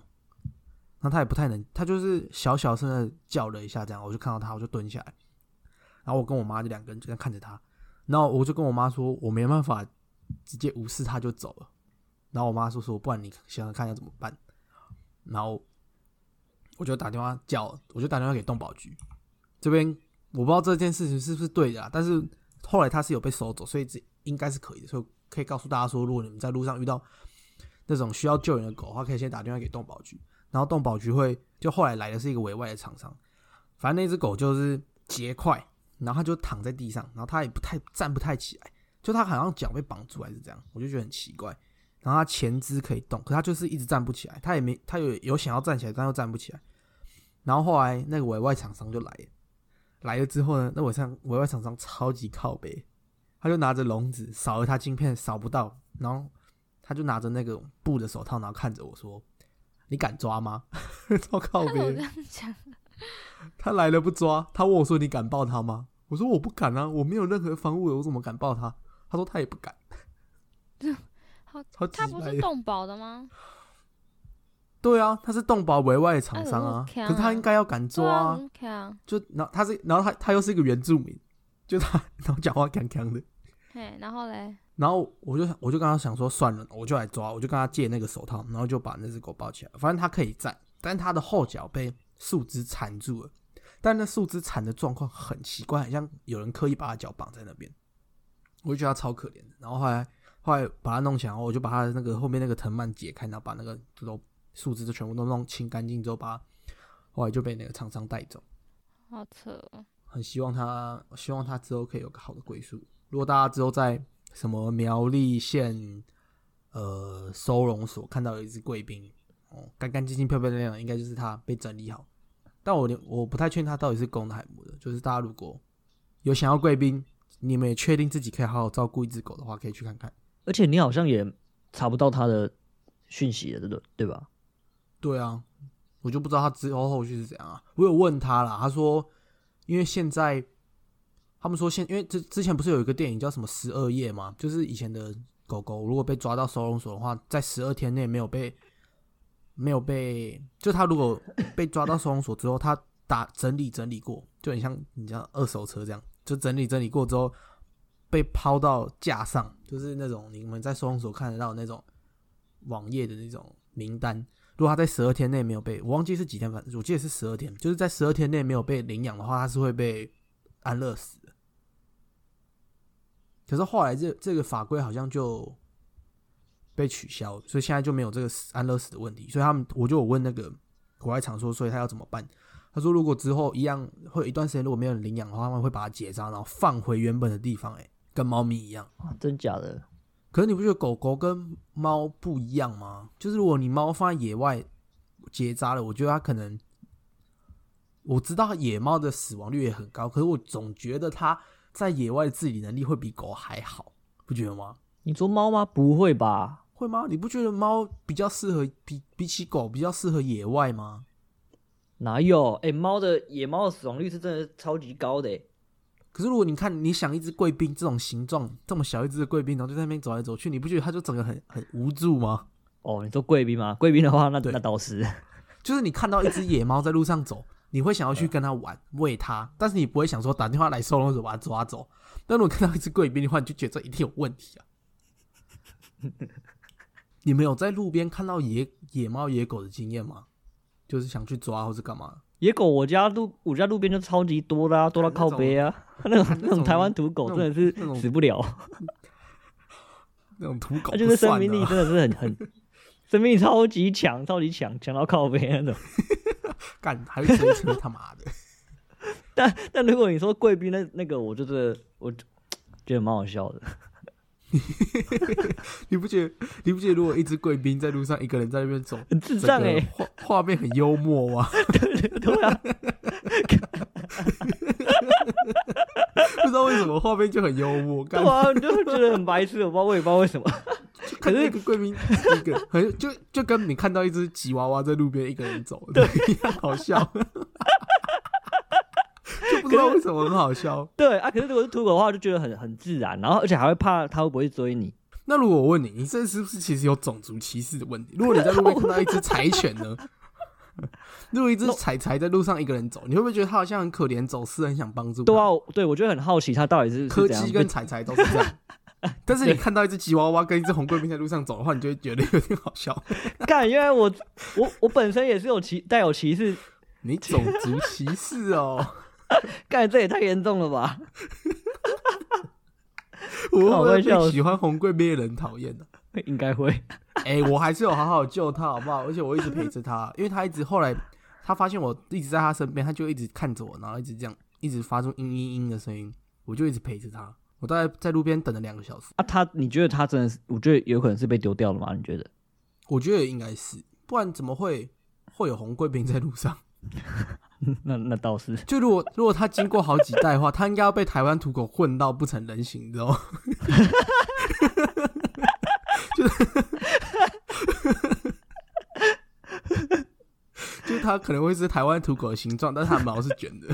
[SPEAKER 3] 然后它也不太能，它就是小小声的叫了一下，这样我就看到它，我就蹲下来，然后我跟我妈就两个人就这样看着它，然后我就跟我妈说，我没办法直接无视它就走了。然后我妈说说，不然你想想看要怎么办。然后我就打电话叫，我就打电话给动保局这边，我不知道这件事情是不是对的、啊，但是后来他是有被收走，所以这应该是可以的，所以可以告诉大家说，如果你们在路上遇到那种需要救援的狗的话，可以先打电话给动保局，然后动保局会就后来来的是一个委外的厂商，反正那只狗就是结块，然后它就躺在地上，然后它也不太站不太起来，就它好像脚被绑住还是这样，我就觉得很奇怪。然后它前肢可以动，可它就是一直站不起来，它也没它有有想要站起来，但又站不起来。然后后来那个委外厂商就来了，来了之后呢，那委上委外厂商超级靠北，他就拿着笼子扫了他晶片，扫不到，然后他就拿着那个布的手套，然后看着我说：“你敢抓吗？” 超靠
[SPEAKER 1] 嗯
[SPEAKER 2] 它有
[SPEAKER 3] 北
[SPEAKER 2] 这。样讲，
[SPEAKER 3] 他来了不抓，他问我说：“你敢抱他吗？”我说：“我不敢啊，我没有任何防护，我怎么敢抱他？”他说他也不敢
[SPEAKER 2] 好。
[SPEAKER 3] 超
[SPEAKER 2] 它
[SPEAKER 3] 级
[SPEAKER 2] 不
[SPEAKER 3] 白
[SPEAKER 2] 是
[SPEAKER 3] 的
[SPEAKER 2] 动保的吗？
[SPEAKER 3] 对啊，他是动保委外的厂商啊，
[SPEAKER 2] 哎呦
[SPEAKER 3] 可是他应该要敢抓、
[SPEAKER 2] 对啊，很强。
[SPEAKER 3] 就然后他是，然后他他又是一个原住民，就他 然后讲话锵锵的，
[SPEAKER 2] 嘿，然后嘞，
[SPEAKER 3] 然后我就我就跟他想说算了，我就来抓，我就跟他借那个手套，然后就把那只狗抱起来。反正它可以站，但它的后脚被树枝缠住了，但那树枝缠的状况很奇怪，很像有人刻意把它脚绑在那边。我就觉得它超可怜的。然后后来后来把它弄起来后，我就把它那个后面那个藤蔓解开，然后把那个都树枝就全部都弄清干净之后，把它后来就被那个厂商带走。
[SPEAKER 2] 好扯哦。
[SPEAKER 3] 很希望他，希望他之后可以有个好的归宿。如果大家之后在什么苗栗县呃收容所看到有一只贵宾，哦，干干净净、漂漂亮亮，应该就是它被整理好。但我连我不太确定它到底是公的还是母的。就是大家如果有想要贵宾，你们也确定自己可以好好照顾一只狗的话，可以去看看。
[SPEAKER 1] 而且你好像也查不到他的讯息了，对不对？对吧？
[SPEAKER 3] 对啊，我就不知道他之后后续是怎样啊。我有问他啦，他说，因为现在他们说现，因为之之前不是有一个电影叫什么《十二夜》嘛，就是以前的狗狗如果被抓到收容所的话，在十二天内没有被没有被，就他如果被抓到收容所之后，他打整理整理过，就很像你像二手车这样，就整理整理过之后被抛到架上，就是那种你们在收容所看得到的那种网页的那种名单。如果他在十二天内没有被，我忘记是几天，反正我记得是十二天，就是在十二天内没有被领养的话，他是会被安乐死的。可是后来这这个法规好像就被取消了，所以现在就没有这个死安乐死的问题。所以他们我就有问那个国外厂说，所以他要怎么办？他说如果之后一样会有一段时间如果没有人领养的话，他们会把它结扎，然后放回原本的地方、欸，哎，跟猫咪一样。
[SPEAKER 1] 啊真假的？
[SPEAKER 3] 可是你不觉得狗狗跟猫不一样吗？就是如果你猫放在野外结扎了，我觉得它可能，我知道野猫的死亡率也很高，可是我总觉得它在野外的自理能力会比狗还好，不觉得吗？
[SPEAKER 1] 你说猫吗？不会吧？
[SPEAKER 3] 会吗？你不觉得猫比较适合比比起狗比较适合野外吗？
[SPEAKER 1] 哪有？哎、猫的野猫的死亡率是真的超级高的、欸。
[SPEAKER 3] 可是如果你看，你想一只贵宾这种形状这么小一只的贵宾，然后就在那边走来走去，你不觉得它就整个很很无助吗？
[SPEAKER 1] 哦，你说贵宾吗？贵宾的话，那
[SPEAKER 3] 对
[SPEAKER 1] 那倒是，
[SPEAKER 3] 就是你看到一只野猫在路 上走，你会想要去
[SPEAKER 1] 嗯
[SPEAKER 3] 跟它玩，喂它，但是你不会想说打电话来收容者把它抓
[SPEAKER 1] 嗯
[SPEAKER 3] 走。但如果看到一只贵宾的话，你就觉得这一定有问 题啊！你们有在路边看到野野猫、野狗的经验吗？就是想去抓或是干嘛？
[SPEAKER 1] 野狗，我家路我家路边就超级多啦、多到靠背啊，那种那
[SPEAKER 3] 那种
[SPEAKER 1] 种台湾土狗
[SPEAKER 3] 那
[SPEAKER 1] 真
[SPEAKER 3] 种
[SPEAKER 1] 的是
[SPEAKER 3] 那种
[SPEAKER 1] 死不了，
[SPEAKER 3] 那种土狗
[SPEAKER 1] 它
[SPEAKER 3] 不
[SPEAKER 1] 就是生
[SPEAKER 3] 算
[SPEAKER 1] 命
[SPEAKER 3] 的
[SPEAKER 1] 力
[SPEAKER 3] 啊，
[SPEAKER 1] 真的是很很，生命力超级强，超级强，强到靠背那种。
[SPEAKER 3] 干还会追车，他妈的！
[SPEAKER 1] 但但如果你说贵宾那那个，我就是我觉得蛮好笑的。
[SPEAKER 3] 你不觉得？你不觉得如果一只贵宾在路上一个人在那边走，
[SPEAKER 1] 很智
[SPEAKER 3] 整
[SPEAKER 1] 障
[SPEAKER 3] 个
[SPEAKER 1] 欸
[SPEAKER 3] 画画面很幽默吗？
[SPEAKER 1] 对啊，
[SPEAKER 3] 不知道为什么画面就很幽 默，
[SPEAKER 1] 对
[SPEAKER 3] 干
[SPEAKER 1] 啊，你就会觉得很白痴，我不知道我也不知道为什么。
[SPEAKER 3] 可是一个贵宾，一个很就就跟你看到一只吉娃娃在路边一个人走，对，一样好笑， 就不知道为什么很好笑。
[SPEAKER 1] 对啊，可是如果是土狗的话，就觉得很很自然，然后而且还会怕它会不会追你。
[SPEAKER 3] 那如果我问你，你这是不是其实有种族歧视的问题？如果你在路边看到一只柴犬呢？ 如果一只柴柴在路上一个人走，你会不会觉得它好像很可怜，走私很想帮助它？
[SPEAKER 1] 对啊，我对我就很好奇它到底是
[SPEAKER 3] 柯
[SPEAKER 1] 是怎
[SPEAKER 3] 基
[SPEAKER 1] 样
[SPEAKER 3] 跟柴柴都是这 样。但是你看到一只吉娃娃跟一只红贵宾在路上走的话，你就会觉得有点好笑。
[SPEAKER 1] 被 干，原来我我我本身也是有歧带有歧视，
[SPEAKER 3] 你种族歧视哦！
[SPEAKER 1] 干这也太严重了吧？ 会笑
[SPEAKER 3] 我会 不会
[SPEAKER 1] 死
[SPEAKER 3] 被喜欢红贵宾的 人讨厌呢？
[SPEAKER 1] 应该会。
[SPEAKER 3] 哎、我还是有好好救他，好不好？而且我一直陪着他，因为他一直后来他发现我一直在他身边，他就一直看着我，然后一直这样，一直发出嘤嘤嘤的声音，我就一直陪着他。我大概在路边等了两个小时，
[SPEAKER 1] 啊，他你觉得他真的是？我觉得有可能是被丢掉了吗？你觉得？
[SPEAKER 3] 我觉得应该是，不然怎么会会有红贵宾在路上？
[SPEAKER 1] 那那倒是，
[SPEAKER 3] 就如果如果他经过好几代的话，他应该要被台湾土狗混到不成人形，你知道吗？ 就是，就是他可能会是台湾土狗的形状，但是它的毛是卷的。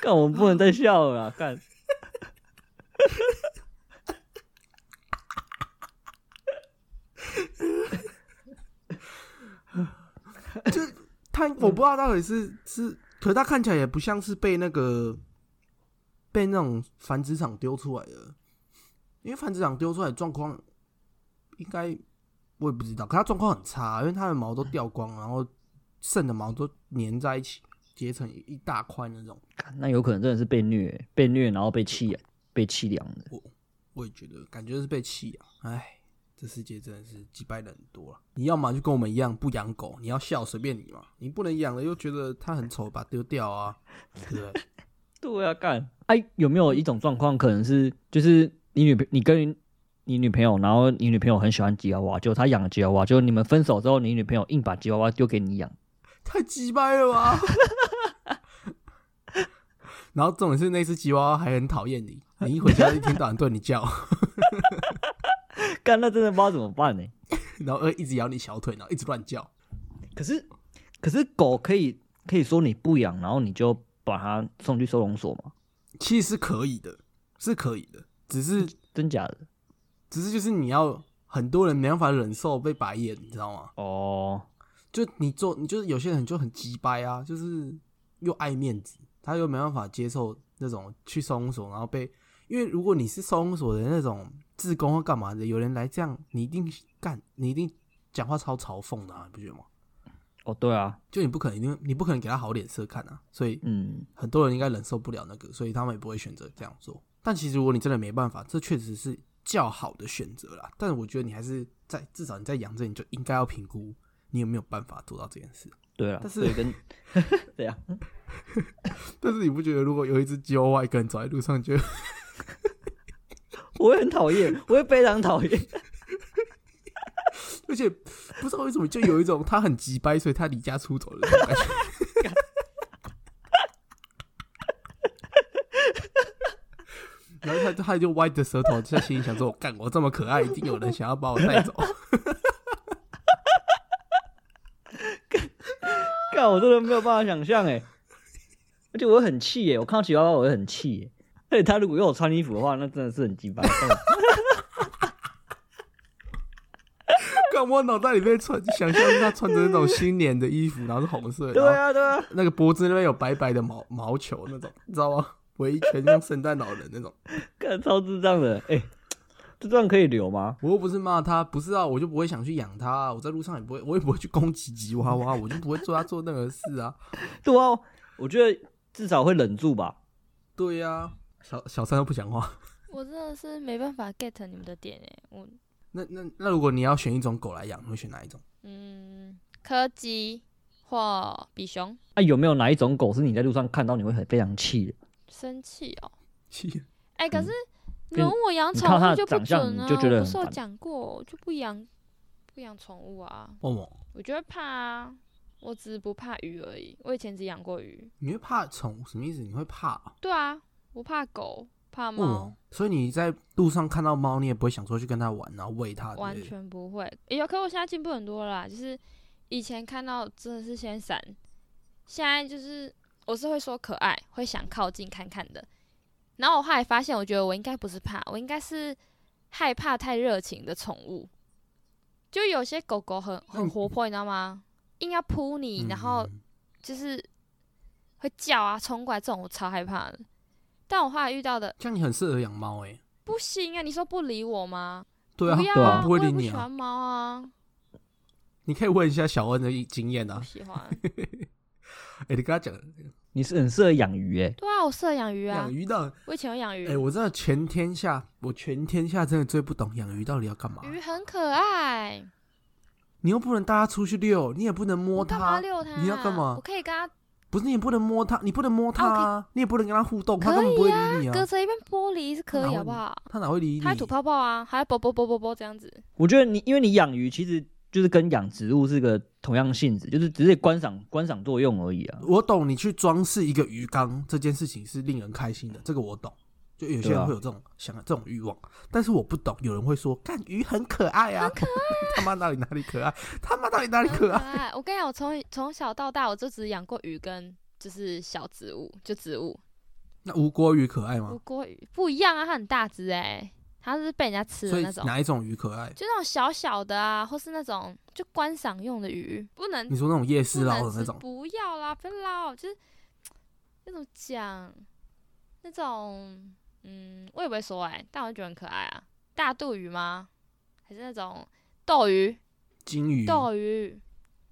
[SPEAKER 1] 干我们不能再笑了啦，干。
[SPEAKER 3] 他我不知道到底是是，可是他看起来也不像是被那个被那种繁殖场丢出来的，因为繁殖场丢出来的状况应该我也不知道，可他状况很差，因为他的毛都掉光，然后剩的毛都粘在一起，结成一大块那种。
[SPEAKER 1] 干那有可能真的是被虐，被虐然后被弃养，被弃养的。
[SPEAKER 3] 我也觉得感觉是被弃养，哎，这世界真的是几百人很多了、你要么就跟我们一样不养狗，你要笑随便你嘛，你不能养了又觉得它很丑，把它丢掉啊，对不对？
[SPEAKER 1] 对啊，干。哎、有没有一种状况，可能是就是你女朋你跟你女朋友，然后你女朋友很喜欢吉娃娃，结果她养了吉娃娃，结果你们分手之后，你女朋友硬把吉娃娃丢给你养。
[SPEAKER 3] 太鸡掰了吧！ 然后重点是那只吉娃娃还很讨厌你，你一回家就一天到晚对你叫，
[SPEAKER 1] 干，那真的不知道怎么办呢、欸
[SPEAKER 3] 然后一直咬你小腿，然后一直乱叫。
[SPEAKER 1] 可是可是狗可以可以说你不养，然后你就把它送去收容所吗？
[SPEAKER 3] 其实是可以的，是可以的，只是
[SPEAKER 1] 真假的？
[SPEAKER 3] 只是就是你要很多人没办法忍受被白眼，你知道吗？
[SPEAKER 1] 哦，
[SPEAKER 3] 就你做，你就是有些人就很鸡掰啊，就是又爱面子，他又没办法接受那种去收容所，然后被，因为如果你是收容所的那种志工或干嘛的，有人来这样，你一定干，你一定讲话超嘲讽的、啊，你不觉得吗？
[SPEAKER 1] 哦，对啊，
[SPEAKER 3] 就你不可能，一定你不可能给他好脸色看啊，所以
[SPEAKER 1] 嗯，
[SPEAKER 3] 很多人应该忍受不了那个，所以他们也不会选择这样做。但其实如果你真的没办法，这确实是较好的选择啦。但是我觉得你还是在至少你在养这，你就应该要评估你有没有办法做到这件事。
[SPEAKER 1] 对啊，
[SPEAKER 3] 但 是
[SPEAKER 1] 所以跟对啊，
[SPEAKER 3] 但是你不觉得如果有一只吉娃娃一个人走在路上，你觉得
[SPEAKER 1] 我会很讨厌，我会非常讨厌。
[SPEAKER 3] 而且不知道为什么就有一种他很急掰，所以他离家出走的那种感觉。然后他就他就歪着舌头，在心里想说：“我干，我这么可爱，一定有人想要把我带走。”
[SPEAKER 1] 看我真的没有办法想象哎，而且我会很气欸耶，我看到吉娃娃我会很气耶。而且他如果有穿衣服的话，那真的是很鸡巴。
[SPEAKER 3] 干我脑袋里面穿，想象他穿着那种新年的衣服，然后是红色，
[SPEAKER 1] 对
[SPEAKER 3] 然后
[SPEAKER 1] 啊，对啊，
[SPEAKER 3] 那个脖子那边有白白的毛毛球那种，你知道吗？围一圈像圣诞老人那种。
[SPEAKER 1] 看超智障的哎，这段可以留吗？
[SPEAKER 3] 我又不是骂他，不是啊，我就不会想去养他、啊，我在路上也不会，我也不会去攻击吉娃娃，我就不会做他做任何事啊。
[SPEAKER 1] 对啊，我觉得至少会忍住吧。
[SPEAKER 3] 对呀、啊，小小三都不讲话。
[SPEAKER 2] 我真的是没办法 get 你们的点哎，我
[SPEAKER 3] 那那那，如果你要选一种狗来养，你会选哪一种？
[SPEAKER 2] 嗯，柯基或比熊
[SPEAKER 1] 那、啊有没有哪一种狗是你在路上看到你会很非常气的？
[SPEAKER 2] 生气哦。
[SPEAKER 3] 气
[SPEAKER 2] 哎、可
[SPEAKER 1] 嗯
[SPEAKER 2] 是你
[SPEAKER 1] 跟
[SPEAKER 2] 问我养
[SPEAKER 1] 你
[SPEAKER 2] 宠
[SPEAKER 1] 看它
[SPEAKER 2] 物
[SPEAKER 1] 的
[SPEAKER 2] 就不
[SPEAKER 1] 长相
[SPEAKER 2] 准
[SPEAKER 1] 你
[SPEAKER 2] 啊，
[SPEAKER 1] 就觉得
[SPEAKER 2] 我不
[SPEAKER 1] 很
[SPEAKER 2] 是有
[SPEAKER 1] 烦
[SPEAKER 2] 讲过，我就不养不养宠物啊，
[SPEAKER 3] 哦莫，
[SPEAKER 2] 我就会怕啊，我只是不怕鱼而已。我以前只养过鱼，
[SPEAKER 3] 你会怕宠物？什么意思？你会怕、啊？
[SPEAKER 2] 对啊，我怕狗，怕
[SPEAKER 3] 为什
[SPEAKER 2] 猫
[SPEAKER 3] 么，？所以你在路上看到猫，你也不会想说去跟它玩，然后喂它之类的。
[SPEAKER 2] 完全不会。也有，可我现在进步很多啦，就是以前看到真的是先闪，现在就是我是会说可爱，会想靠近看看的。然后我后来发现，我觉得我应该不是怕，我应该是害怕太热情的宠物。就有些狗狗很
[SPEAKER 3] 那
[SPEAKER 2] 很
[SPEAKER 3] 你
[SPEAKER 2] 活泼，你知道吗？硬要扑你，然后
[SPEAKER 3] 嗯
[SPEAKER 2] 就是会叫啊，冲过来，这种我超害怕的。但我后来遇到的
[SPEAKER 3] 这样你很适合养猫诶。
[SPEAKER 2] 不行啊，你说不理我吗？
[SPEAKER 3] 对啊，
[SPEAKER 2] 不要
[SPEAKER 1] 对
[SPEAKER 2] 啊
[SPEAKER 1] 啊，
[SPEAKER 3] 不
[SPEAKER 2] 我
[SPEAKER 3] 会
[SPEAKER 2] 也
[SPEAKER 3] 理
[SPEAKER 2] 不
[SPEAKER 3] 你
[SPEAKER 2] 喜
[SPEAKER 3] 啊
[SPEAKER 2] 欢。猫啊。
[SPEAKER 3] 你可以问一下小恩的经验啊
[SPEAKER 2] 不。喜 欢。
[SPEAKER 3] 哎、你跟他讲
[SPEAKER 1] 你是很适合养鱼哎，
[SPEAKER 2] 对啊，我适合养鱼啊
[SPEAKER 3] 养，鱼的，
[SPEAKER 2] 我以前有养鱼，
[SPEAKER 3] 哎、我真的全天下，我全天下真的最不懂养鱼到底要干嘛。
[SPEAKER 2] 鱼很可爱，
[SPEAKER 3] 你又不能带它出去遛，你也不能摸
[SPEAKER 2] 我干嘛
[SPEAKER 3] 它，
[SPEAKER 2] 遛它？啊
[SPEAKER 3] 你要干嘛
[SPEAKER 2] 我可以跟它
[SPEAKER 3] 不是你也不能摸它，你不能摸它、啊你也不能跟它互动，它
[SPEAKER 2] 可
[SPEAKER 3] 根本不会
[SPEAKER 2] 以
[SPEAKER 3] 理你
[SPEAKER 2] 隔
[SPEAKER 3] 啊，
[SPEAKER 2] 着一片玻璃是可以，好不好？
[SPEAKER 3] 它哪会理你？
[SPEAKER 2] 它还吐泡泡啊，还啵啵啵啵啵这样子。
[SPEAKER 1] 我觉得你因为你养鱼其实就是跟养植物是个同样性质，就是只是观赏观赏作用而已啊。
[SPEAKER 3] 我懂你去装饰一个鱼缸这件事情是令人开心的，这个我懂。就有些
[SPEAKER 1] 对
[SPEAKER 3] 人
[SPEAKER 1] 啊
[SPEAKER 3] 会有这种、想这种欲望，但是我不懂。有人会说，干鱼很可爱啊， 他妈到底哪里可爱？他妈到底哪里
[SPEAKER 2] 很
[SPEAKER 3] 可
[SPEAKER 2] 可
[SPEAKER 3] 爱？
[SPEAKER 2] 爱。 我跟你讲，我从从小到大，我就只养过鱼跟就是小植物，就植物。
[SPEAKER 3] 那无锅鱼可爱
[SPEAKER 2] 不
[SPEAKER 3] 吗？
[SPEAKER 2] 过鱼不一样啊，它很大只哎、它是被人家吃
[SPEAKER 3] 所
[SPEAKER 2] 的
[SPEAKER 3] 以
[SPEAKER 2] 那种，
[SPEAKER 3] 哪一种鱼可爱？
[SPEAKER 2] 就那种小小的啊，或是那种就观赏用的鱼，不能
[SPEAKER 3] 你说那种夜
[SPEAKER 2] 不
[SPEAKER 3] 市
[SPEAKER 2] 能
[SPEAKER 3] 捞的
[SPEAKER 2] 吃
[SPEAKER 3] 那种，
[SPEAKER 2] 不要啦，不要捞，就是那种讲那种，嗯，我也不会说哎、但我就觉得很可爱啊。大肚鱼吗？还是那种斗鱼？
[SPEAKER 3] 金鱼，
[SPEAKER 2] 斗鱼，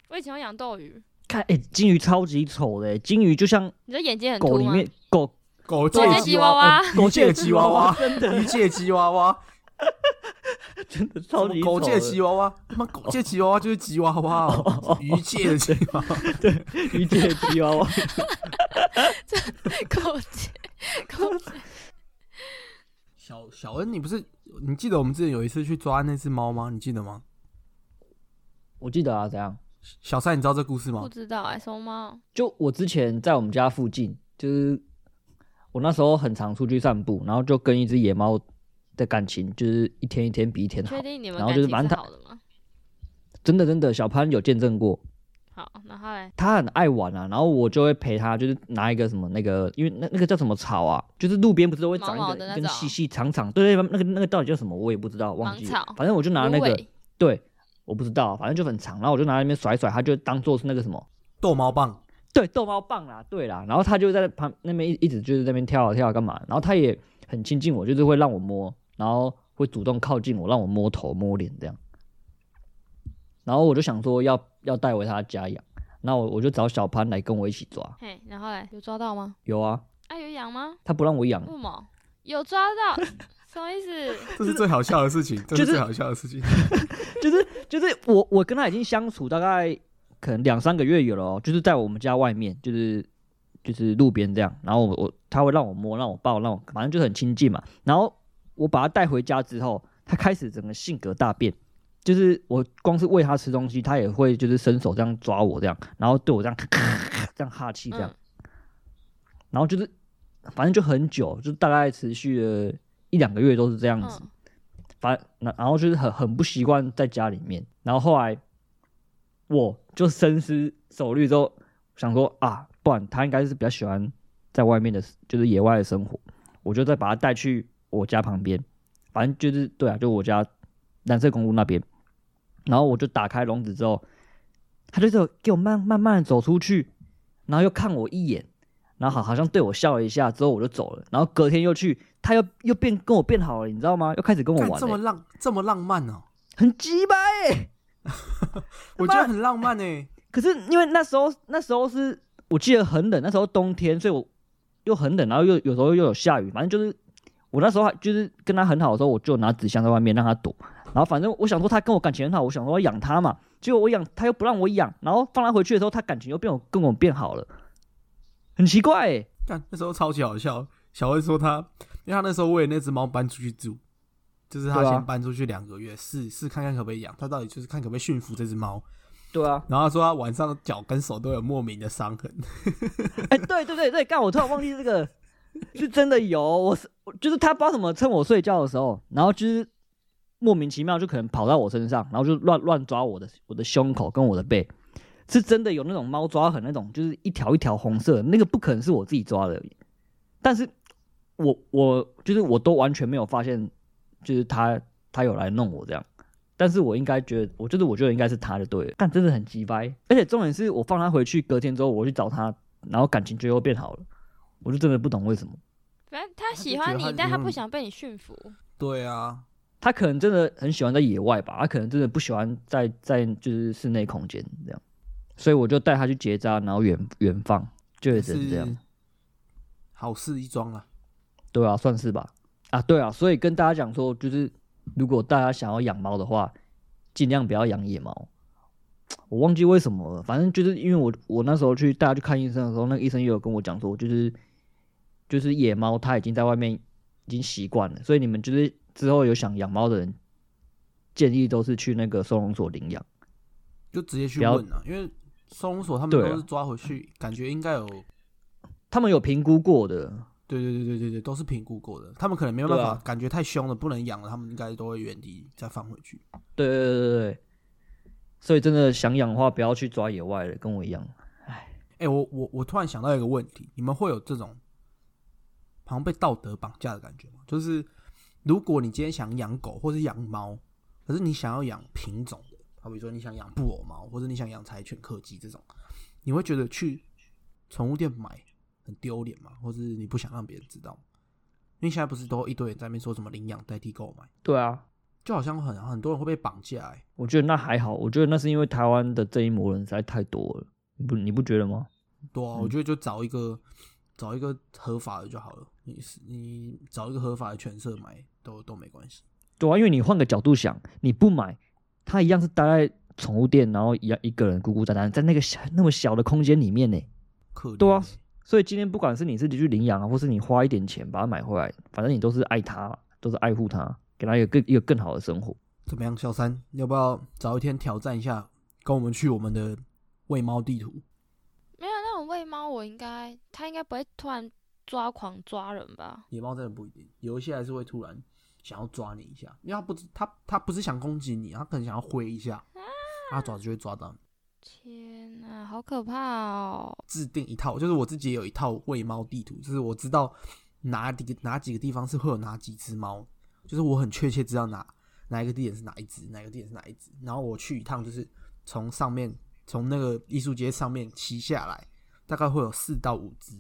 [SPEAKER 2] 我以前有养斗鱼。
[SPEAKER 1] 看哎、金鱼超级丑的欸，金鱼就像
[SPEAKER 2] 你的眼睛很
[SPEAKER 1] 狗
[SPEAKER 2] 凸
[SPEAKER 1] 里
[SPEAKER 2] 吗？
[SPEAKER 1] 面狗
[SPEAKER 3] 狗
[SPEAKER 2] 我
[SPEAKER 1] 对
[SPEAKER 2] 是
[SPEAKER 3] 界
[SPEAKER 1] 啊
[SPEAKER 2] 吉
[SPEAKER 3] 娃
[SPEAKER 2] 娃娃，
[SPEAKER 3] 狗界吉娃娃，
[SPEAKER 1] 真的
[SPEAKER 3] 鱼界吉娃娃，
[SPEAKER 1] 真的
[SPEAKER 3] 什
[SPEAKER 1] 超
[SPEAKER 3] 么
[SPEAKER 1] 级
[SPEAKER 3] 狗界
[SPEAKER 1] 丑
[SPEAKER 3] 吉娃娃，他妈狗界吉娃娃就是吉娃娃哦， 鱼界的吉娃娃。
[SPEAKER 1] 的 鱼界吉娃娃，
[SPEAKER 2] 狗 姐，狗姐，
[SPEAKER 3] 小小恩，你不是你记得我们之前有一次去抓那只猫吗？你记得吗？
[SPEAKER 1] 我记得啊，怎样？
[SPEAKER 3] 小三，你知道这故事
[SPEAKER 2] 不
[SPEAKER 3] 吗？
[SPEAKER 2] 知道哎、什么猫？
[SPEAKER 1] 就我之前在我们家附近，就是我那时候很常出去散步，然后就跟一只野猫的感情就是一天一天比一天
[SPEAKER 2] 你
[SPEAKER 1] 好
[SPEAKER 2] 确，定你们
[SPEAKER 1] 然后
[SPEAKER 2] 感
[SPEAKER 1] 就是
[SPEAKER 2] 情
[SPEAKER 1] 蛮
[SPEAKER 2] 是
[SPEAKER 1] 它
[SPEAKER 2] 好的吗？
[SPEAKER 1] 真的真的，小潘有见证过，
[SPEAKER 2] 好，然后嘞，
[SPEAKER 1] 他很爱玩啊，然后我就会陪他，就是拿一个什么那个，因为那那个叫什么草啊，就是路边不是都会长一
[SPEAKER 2] 毛毛
[SPEAKER 1] 个
[SPEAKER 2] 的那
[SPEAKER 1] 跟
[SPEAKER 2] 种
[SPEAKER 1] 细细长长，对对，那个那个到底叫什么我也不知道，忘记
[SPEAKER 2] 芒
[SPEAKER 1] 了
[SPEAKER 2] 草，
[SPEAKER 1] 反正我就拿那
[SPEAKER 2] 芦
[SPEAKER 1] 个，
[SPEAKER 2] 苇
[SPEAKER 1] 对，我不知道，反正就很长，然后我就拿那边甩甩，他就当做是那个什么。
[SPEAKER 3] 逗猫棒，
[SPEAKER 1] 对，逗猫棒啦，对啦，然后他就在旁那边一一直就是在那边跳啊跳啊干嘛，然后他也很亲近我，就是会让我摸，然后会主动靠近我，让我摸头摸脸这样，然后我就想说要要带回他家养，那我我就找小潘来跟我一起抓，
[SPEAKER 2] 嘿，然后嘞，有抓到吗？
[SPEAKER 1] 有啊，
[SPEAKER 2] 啊，有养吗？
[SPEAKER 1] 他不让我养
[SPEAKER 2] 为，什么？有抓到？ 什么意思？
[SPEAKER 3] 这是最好笑的事情，这
[SPEAKER 1] 就
[SPEAKER 3] 是
[SPEAKER 1] 是
[SPEAKER 3] 最好笑的事情。
[SPEAKER 1] 就是就是我我跟他已经相处大概可能两三个月有了、哦，就是在我们家外面，就是就是路边这样，然后我我他会让我摸，让我抱，让我反正就很亲近嘛。然后我把他带回家之后，他开始整个性格大变，就是我光是喂他吃东西，他也会就是伸手这样抓我这样，然后对我这样 这样哈气这样
[SPEAKER 2] 嗯，，
[SPEAKER 1] 然后就是反正就很久，就大概持续了一两个月都是这样子。
[SPEAKER 2] 嗯
[SPEAKER 1] 反那然后就是很很不习惯在家里面，然后后来我就深思熟虑之后，想说啊，不然他应该是比较喜欢在外面的，就是野外的生活，我就再把他带去我家旁边，反正就是对啊，就我家蓝色公路那边。然后我就打开笼子之后，他就是有给我慢慢慢的走出去，然后又看我一眼，然后好好像对我笑了一下之后我就走了。然后隔天又去，他又又变跟我变好了，你知道吗？又开始跟我
[SPEAKER 3] 干
[SPEAKER 1] 玩、欸，
[SPEAKER 3] 这么浪这么浪漫哦、
[SPEAKER 1] 很鸡掰欸、
[SPEAKER 3] 我觉得很浪漫呢、欸
[SPEAKER 1] 可是因为那时候那时候是我记得很冷，那时候冬天，所以我又很冷，然后又有时候又有下雨，反正就是我那时候还就是跟他很好的时候，我就拿纸箱在外面让他躲，然后反正我想说他跟我感情很好，我想说我养他嘛，结果我养他又不让我养，然后放他回去的时候，他感情又变我跟我变好了，很奇怪、欸，
[SPEAKER 3] 干那时候超级好笑。小慧说她，因为她那时候为了那只猫搬出去住，就是她
[SPEAKER 1] 对啊
[SPEAKER 3] 先搬出去两个月，试试看看可不可以养。她到底就是看可不可以驯服这只猫。
[SPEAKER 1] 对啊，
[SPEAKER 3] 然后她说她晚上脚跟手都有莫名的伤痕，
[SPEAKER 1] 哎、对对对对，干，我突然忘记这个，是真的有，我是我就是他不知道怎么趁我睡觉的时候，然后就是莫名其妙就可能跑到我身上，然后就乱乱抓我的我的胸口跟我的背，是真的有那种猫抓痕那种，就是一条一条红色的，那个不可能是我自己抓的，但是我我就是我都完全没有发现，就是他他有来弄我这样。但是我应该觉得，我就是我觉得应该是他就对了，但真的很鸡掰。而且重点是我放他回去，隔天之后我去找他，然后感情就又变好了，我就真的不懂为什么。
[SPEAKER 2] 反正他
[SPEAKER 3] 就
[SPEAKER 2] 喜
[SPEAKER 3] 觉得
[SPEAKER 2] 欢
[SPEAKER 3] 他
[SPEAKER 2] 你，但他
[SPEAKER 3] 嗯
[SPEAKER 2] 不想被你驯服。
[SPEAKER 3] 对啊，
[SPEAKER 1] 他可能真的很喜欢在野外吧，他可能真的不喜欢在在就是室内空间这样，所以我就带他去结扎，然后远远放，就也只能这样
[SPEAKER 3] 是，好事一桩啊。
[SPEAKER 1] 对啊，算是吧。啊，对啊，所以跟大家讲说，就是如果大家想要养猫的话，尽量不要养野猫。我忘记为什么了，反正就是因为我我那时候去大家去看医生的时候，那个医生也有跟我讲说，就是就是野猫它已经在外面已经习惯了，所以你们就是之后有想养猫的人，建议都是去那个收容所领养。
[SPEAKER 3] 就直接去
[SPEAKER 1] 不要
[SPEAKER 3] 问啊，因为收容所他们
[SPEAKER 1] 对啊
[SPEAKER 3] 都是抓回去，感觉应该有，
[SPEAKER 1] 他们有评估过的，
[SPEAKER 3] 对对对对对对，都是评估过的，他们可能没有办法，
[SPEAKER 1] 对啊
[SPEAKER 3] 感觉太凶了，不能养了，他们应该都会原地再放回去。
[SPEAKER 1] 对对对对对，所以真的想养的话，不要去抓野外了，跟我一样。
[SPEAKER 3] 哎、我我我突然想到一个问题，你们会有这种好像被道德绑架的感觉吗？就是如果你今天想养狗或是养猫，可是你想要养品种的，好比说你想养布偶猫，或者你想养柴犬、柯基这种，你会觉得去宠物店买很丢脸吗？或是你不想让别人知道吗？因为现在不是都一堆人在那边说什么领养代替购买，
[SPEAKER 1] 对啊，
[SPEAKER 3] 就好像很很多人会被绑架、欸。
[SPEAKER 1] 我觉得那还好，我觉得那是因为台湾的这一魔人实在太多了，你不你不觉得吗？
[SPEAKER 3] 对
[SPEAKER 1] 嗯
[SPEAKER 3] 啊，我觉得就找一个找一个合法的就好了。你是你找一个合法的犬舍买都都没关系。
[SPEAKER 1] 对啊，因为你换个角度想，你不买，它一样是待在宠物店，然后一样一个人孤孤单单在那个小那么小的空间里面呢。
[SPEAKER 3] 可怜欸
[SPEAKER 1] 对啊所以今天不管是你自己去领养啊，或是你花一点钱把它买回来，反正你都是爱它嘛，都是爱护它，给它一个更一个更好的生活。
[SPEAKER 3] 怎么样，小三，你要不要找一天挑战一下，跟我们去我们的喂猫地图？
[SPEAKER 2] 没有那种喂猫，我应该它应该不会突然抓狂抓人吧？
[SPEAKER 3] 野猫真的不一定，有一些还是会突然想要抓你一下，因为它不是它它不是想攻击你，它可能想要挥一下，它爪子就会抓到你。
[SPEAKER 2] 天哪，好可怕哦！
[SPEAKER 3] 制定一套，就是我自己也有一套喂猫地图，就是我知道哪几个哪几个地方是会有哪几只猫，就是我很确切知道哪哪一个地点是哪一只，哪个地点是哪一只。然后我去一趟，就是从上面从那个艺术街上面骑下来，大概会有四到五只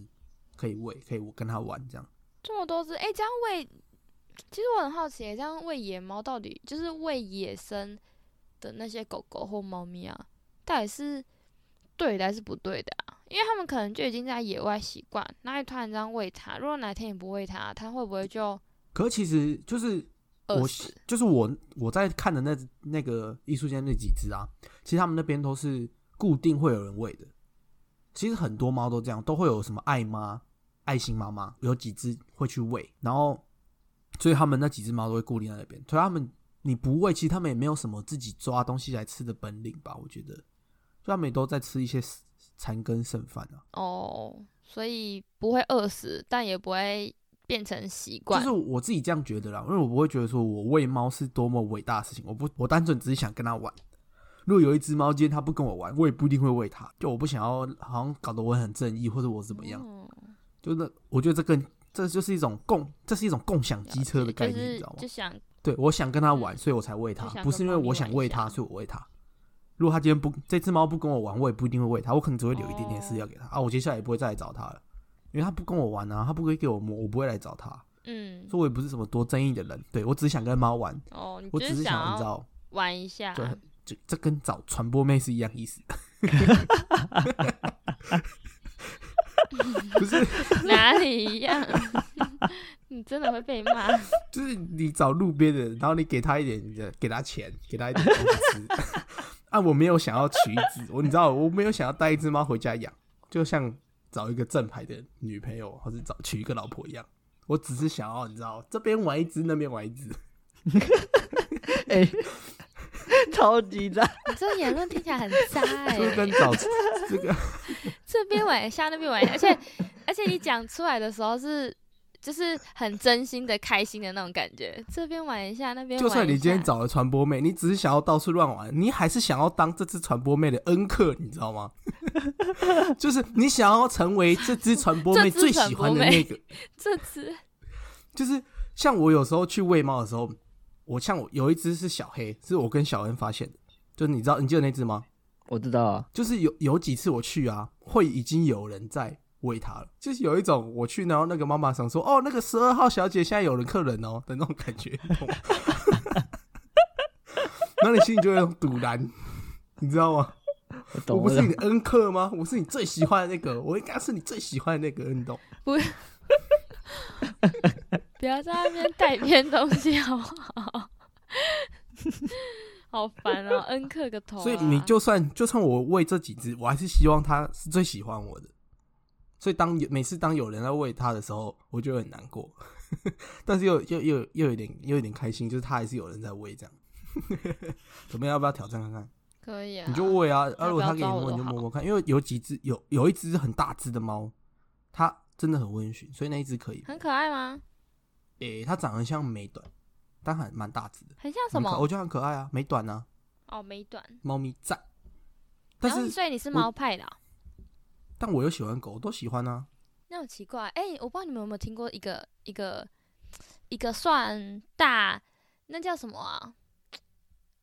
[SPEAKER 3] 可以喂，可以我跟它玩这样。
[SPEAKER 2] 这么多只，哎、这样喂，其实我很好奇，这样喂野猫到底就是喂野生的那些狗狗或猫咪啊，到底是对的还是不对的啊？因为他们可能就已经在野外习惯，那你突然这样喂它，如果哪天你不喂它，它会不会就
[SPEAKER 3] 可是其实就是
[SPEAKER 2] 饿
[SPEAKER 3] 我
[SPEAKER 2] 死？
[SPEAKER 3] 就是我我在看的那那个艺术间那几只啊，其实他们那边都是固定会有人喂的。其实很多猫都这样，都会有什么爱妈、爱心妈妈，有几只会去喂，然后所以他们那几只猫都会固定在那边。所以他们你不喂，其实他们也没有什么自己抓东西来吃的本领吧？我觉得，所以他们也都在吃一些残羹剩饭啊。
[SPEAKER 2] 哦，所以不会饿死，但也不会变成习
[SPEAKER 3] 就
[SPEAKER 2] 惯。
[SPEAKER 3] 是我自己这样觉得啦，因为我不会觉得说我喂猫是多么伟大的事情，我不，我单纯只是想跟它玩。如果有一只猫今天它不跟我玩，我也不一定会喂它。就我不想要，好像搞得我很正义，或者我怎么样。
[SPEAKER 2] 嗯
[SPEAKER 3] 就是我觉得这更，这就是一种共，这是一种共享机车的概念，
[SPEAKER 2] 就是
[SPEAKER 3] 你知道吗
[SPEAKER 2] 就？想
[SPEAKER 3] 对，我想跟它玩，
[SPEAKER 2] 嗯
[SPEAKER 3] 所以我才喂它
[SPEAKER 2] 就，想
[SPEAKER 3] 不是因为
[SPEAKER 2] 跟猫咪
[SPEAKER 3] 我想喂它，
[SPEAKER 2] 玩一下
[SPEAKER 3] 所以我喂它。如果它今天不，这只猫不跟我玩，我也不一定会喂它，我可能只会留一点点饲料给它、啊。我接下来也不会再来找它了，因为它不跟我玩啊，它不会给我摸，我不会来找它。
[SPEAKER 2] 嗯
[SPEAKER 3] 所以我也不是什么多正义的人，对我只是想跟猫玩，
[SPEAKER 2] 哦，你
[SPEAKER 3] 我
[SPEAKER 2] 就
[SPEAKER 3] 只是
[SPEAKER 2] 想
[SPEAKER 3] 想你知
[SPEAKER 2] 要
[SPEAKER 3] 道，
[SPEAKER 2] 玩一下，
[SPEAKER 3] 就很就这跟找传播妹是一样意思。 不是，
[SPEAKER 2] 哪里一样？ 你真的会被骂。
[SPEAKER 3] 就是你找路边的人，然后你给他一点你的，给他钱，给他一点东西吃。 啊，我没有想要娶一只，我你知道，我没有想要带一只猫回家养，就像找一个正牌的女朋友，或是找娶一个老婆一样。我只是想要，你知道，这边玩一只，那边玩一只。
[SPEAKER 1] 哎、超级赞，
[SPEAKER 2] 你这言论听起来很渣哎、
[SPEAKER 3] 就是跟找这个
[SPEAKER 2] 这边玩一下，那边玩一下，而且而且你讲出来的时候是就是很真心的、开心的那种感觉。这边玩一下，那边玩一下
[SPEAKER 3] 就算你今天找了传播妹，你只是想要到处乱玩，你还是想要当这只传播妹的恩客，你知道 吗？就是你想要成为 这只传播
[SPEAKER 2] 这
[SPEAKER 3] 妹
[SPEAKER 2] 只
[SPEAKER 3] 最喜欢的那个，
[SPEAKER 2] 这只
[SPEAKER 3] 就是像我有时候去喂猫的时候，我像我有一只是小黑，是我跟小恩发现的，就是你知道你记得那只吗？
[SPEAKER 1] 我知道啊，
[SPEAKER 3] 就是有有几次我去啊，会已经有人在喂它了，就是有一种我去，然后那个妈妈想说，哦，那个十二号小姐现在有人客人哦的那种感觉， 你懂吗然后你心里就会有堵然，你知道吗？
[SPEAKER 1] 我懂，
[SPEAKER 3] 我
[SPEAKER 1] 我
[SPEAKER 3] 不是你
[SPEAKER 1] 懂，
[SPEAKER 3] 的恩客吗？我是你最喜欢的那个，我应该是你最喜欢的那个，你懂？
[SPEAKER 2] 不要在那边带偏东西好不好？ 好烦哦，恩克个头、啊！
[SPEAKER 3] 所以你就算就算我喂这几只，我还是希望它是最喜欢我的。所以当有每次当有人在喂它的时候，我就会很难过， 但是又又又又有点又有点开心，就是它还是有人在喂这样。 怎么样？要不要挑战看看？
[SPEAKER 2] 可以啊，
[SPEAKER 3] 你就喂啊，啊，
[SPEAKER 2] 要
[SPEAKER 3] 如
[SPEAKER 2] 不
[SPEAKER 3] 果
[SPEAKER 2] 要
[SPEAKER 3] 它给你
[SPEAKER 2] 抓我
[SPEAKER 3] 摸，
[SPEAKER 2] 都
[SPEAKER 3] 你就
[SPEAKER 2] 好
[SPEAKER 3] 摸摸看。因为有几只有有一只很大只的猫，它真的很温驯，所以那一只可以。
[SPEAKER 2] 很可爱吗？
[SPEAKER 3] 诶、它长得像美短，但还蛮大只的。
[SPEAKER 2] 很像什
[SPEAKER 3] 很可我
[SPEAKER 2] 么？
[SPEAKER 3] 觉得很可爱啊，美短啊，
[SPEAKER 2] 哦，美短。
[SPEAKER 3] 猫咪赞。但
[SPEAKER 2] 然后
[SPEAKER 3] 是
[SPEAKER 2] 所以你是
[SPEAKER 3] 我
[SPEAKER 2] 猫派的哦、
[SPEAKER 3] 但我又喜欢狗，我都喜欢啊。
[SPEAKER 2] 那很奇怪，哎、我不知道你们有没有听过一个一个一个算大，那叫什么啊？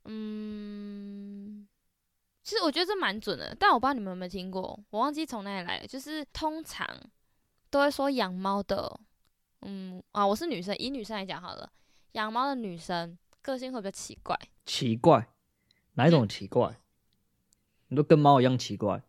[SPEAKER 2] 嗯，其实我觉得这蛮准的，但我不知道你们有没有听过，我忘记从哪里来的。就是通常都会说养猫的，嗯啊，我是女生，以女生来讲好了，养猫的女生个性会比较奇怪，
[SPEAKER 1] 奇怪，哪一种奇怪？你都跟猫一样奇怪，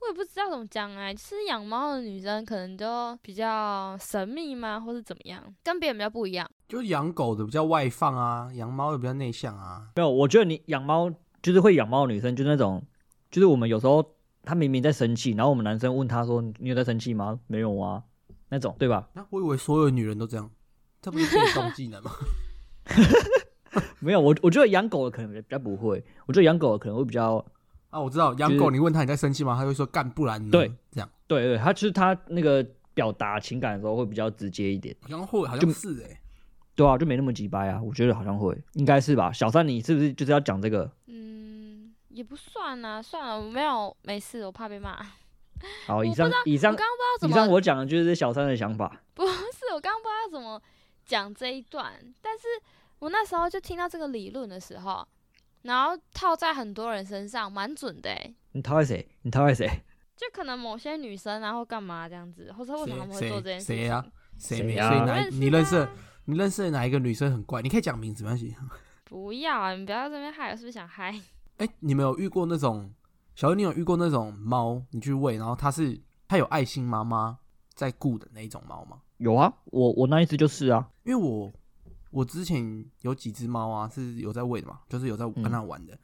[SPEAKER 2] 我也不知道怎么讲哎、就是养猫的女生可能就比较神秘嘛，或是怎么样，跟别人比较不一样。
[SPEAKER 3] 就是养狗的比较外放啊，养猫的比较内向啊。
[SPEAKER 1] 没有，我觉得你养猫就是会养猫的女生，就是那种，就是我们有时候她明明在生气，然后我们男生问她说：“你你有在生气吗？”没有啊，那种对吧？
[SPEAKER 3] 那、我以为所有女人都这样，这不是被动技 能吗？
[SPEAKER 1] 没有，我啊我觉得养狗的可能比较不会，我觉得养狗的可能会比较，
[SPEAKER 3] 啊，我知道养
[SPEAKER 1] 就
[SPEAKER 3] 狗，
[SPEAKER 1] 是
[SPEAKER 3] 你问他你在生气吗？他会说干，不然呢？
[SPEAKER 1] 对，
[SPEAKER 3] 这样
[SPEAKER 1] 对对，她就是她那个表达情感的时候会比较直接一点，
[SPEAKER 3] 好像会，好
[SPEAKER 1] 就
[SPEAKER 3] 像是哎、
[SPEAKER 1] 对啊，就没那么急掰啊，我觉得好像会，应该是吧？小三，你是不是就是要讲这个？
[SPEAKER 2] 嗯，也不算啊，算了，我没有，没事，我怕被骂。我
[SPEAKER 1] 好，哦以
[SPEAKER 2] 不
[SPEAKER 1] 上以上
[SPEAKER 2] 刚刚不
[SPEAKER 1] 以
[SPEAKER 2] 知道
[SPEAKER 1] 上
[SPEAKER 2] 怎么，
[SPEAKER 1] 我讲的就是小三的想法，
[SPEAKER 2] 不是我刚刚不知道怎么讲这一段，但是我那时候就听到这个理论的时候，然后套在很多人身上，蛮准的、欸。
[SPEAKER 1] 你讨厌谁？你讨厌谁？
[SPEAKER 2] 就可能某些女生啊，或干嘛这样子，或者为什么他们会做这件事情？
[SPEAKER 3] 谁谁啊谁没？
[SPEAKER 1] 谁啊
[SPEAKER 3] 所以哪
[SPEAKER 2] 我认识啊
[SPEAKER 3] 你认识你认识的哪一个女生很怪？你可以讲名字没关系。
[SPEAKER 2] 不要啊！你不要在这边害，我是不是想害？
[SPEAKER 3] 哎、你们有遇过那种小恩？你有遇过那种猫？你去喂，然后它是它有爱心妈妈在顾的那一种猫吗？
[SPEAKER 1] 有啊，我我那一只就是啊，
[SPEAKER 3] 因为我我之前有几只猫啊，是有在喂的嘛，就是有在
[SPEAKER 1] 嗯
[SPEAKER 3] 跟它玩的。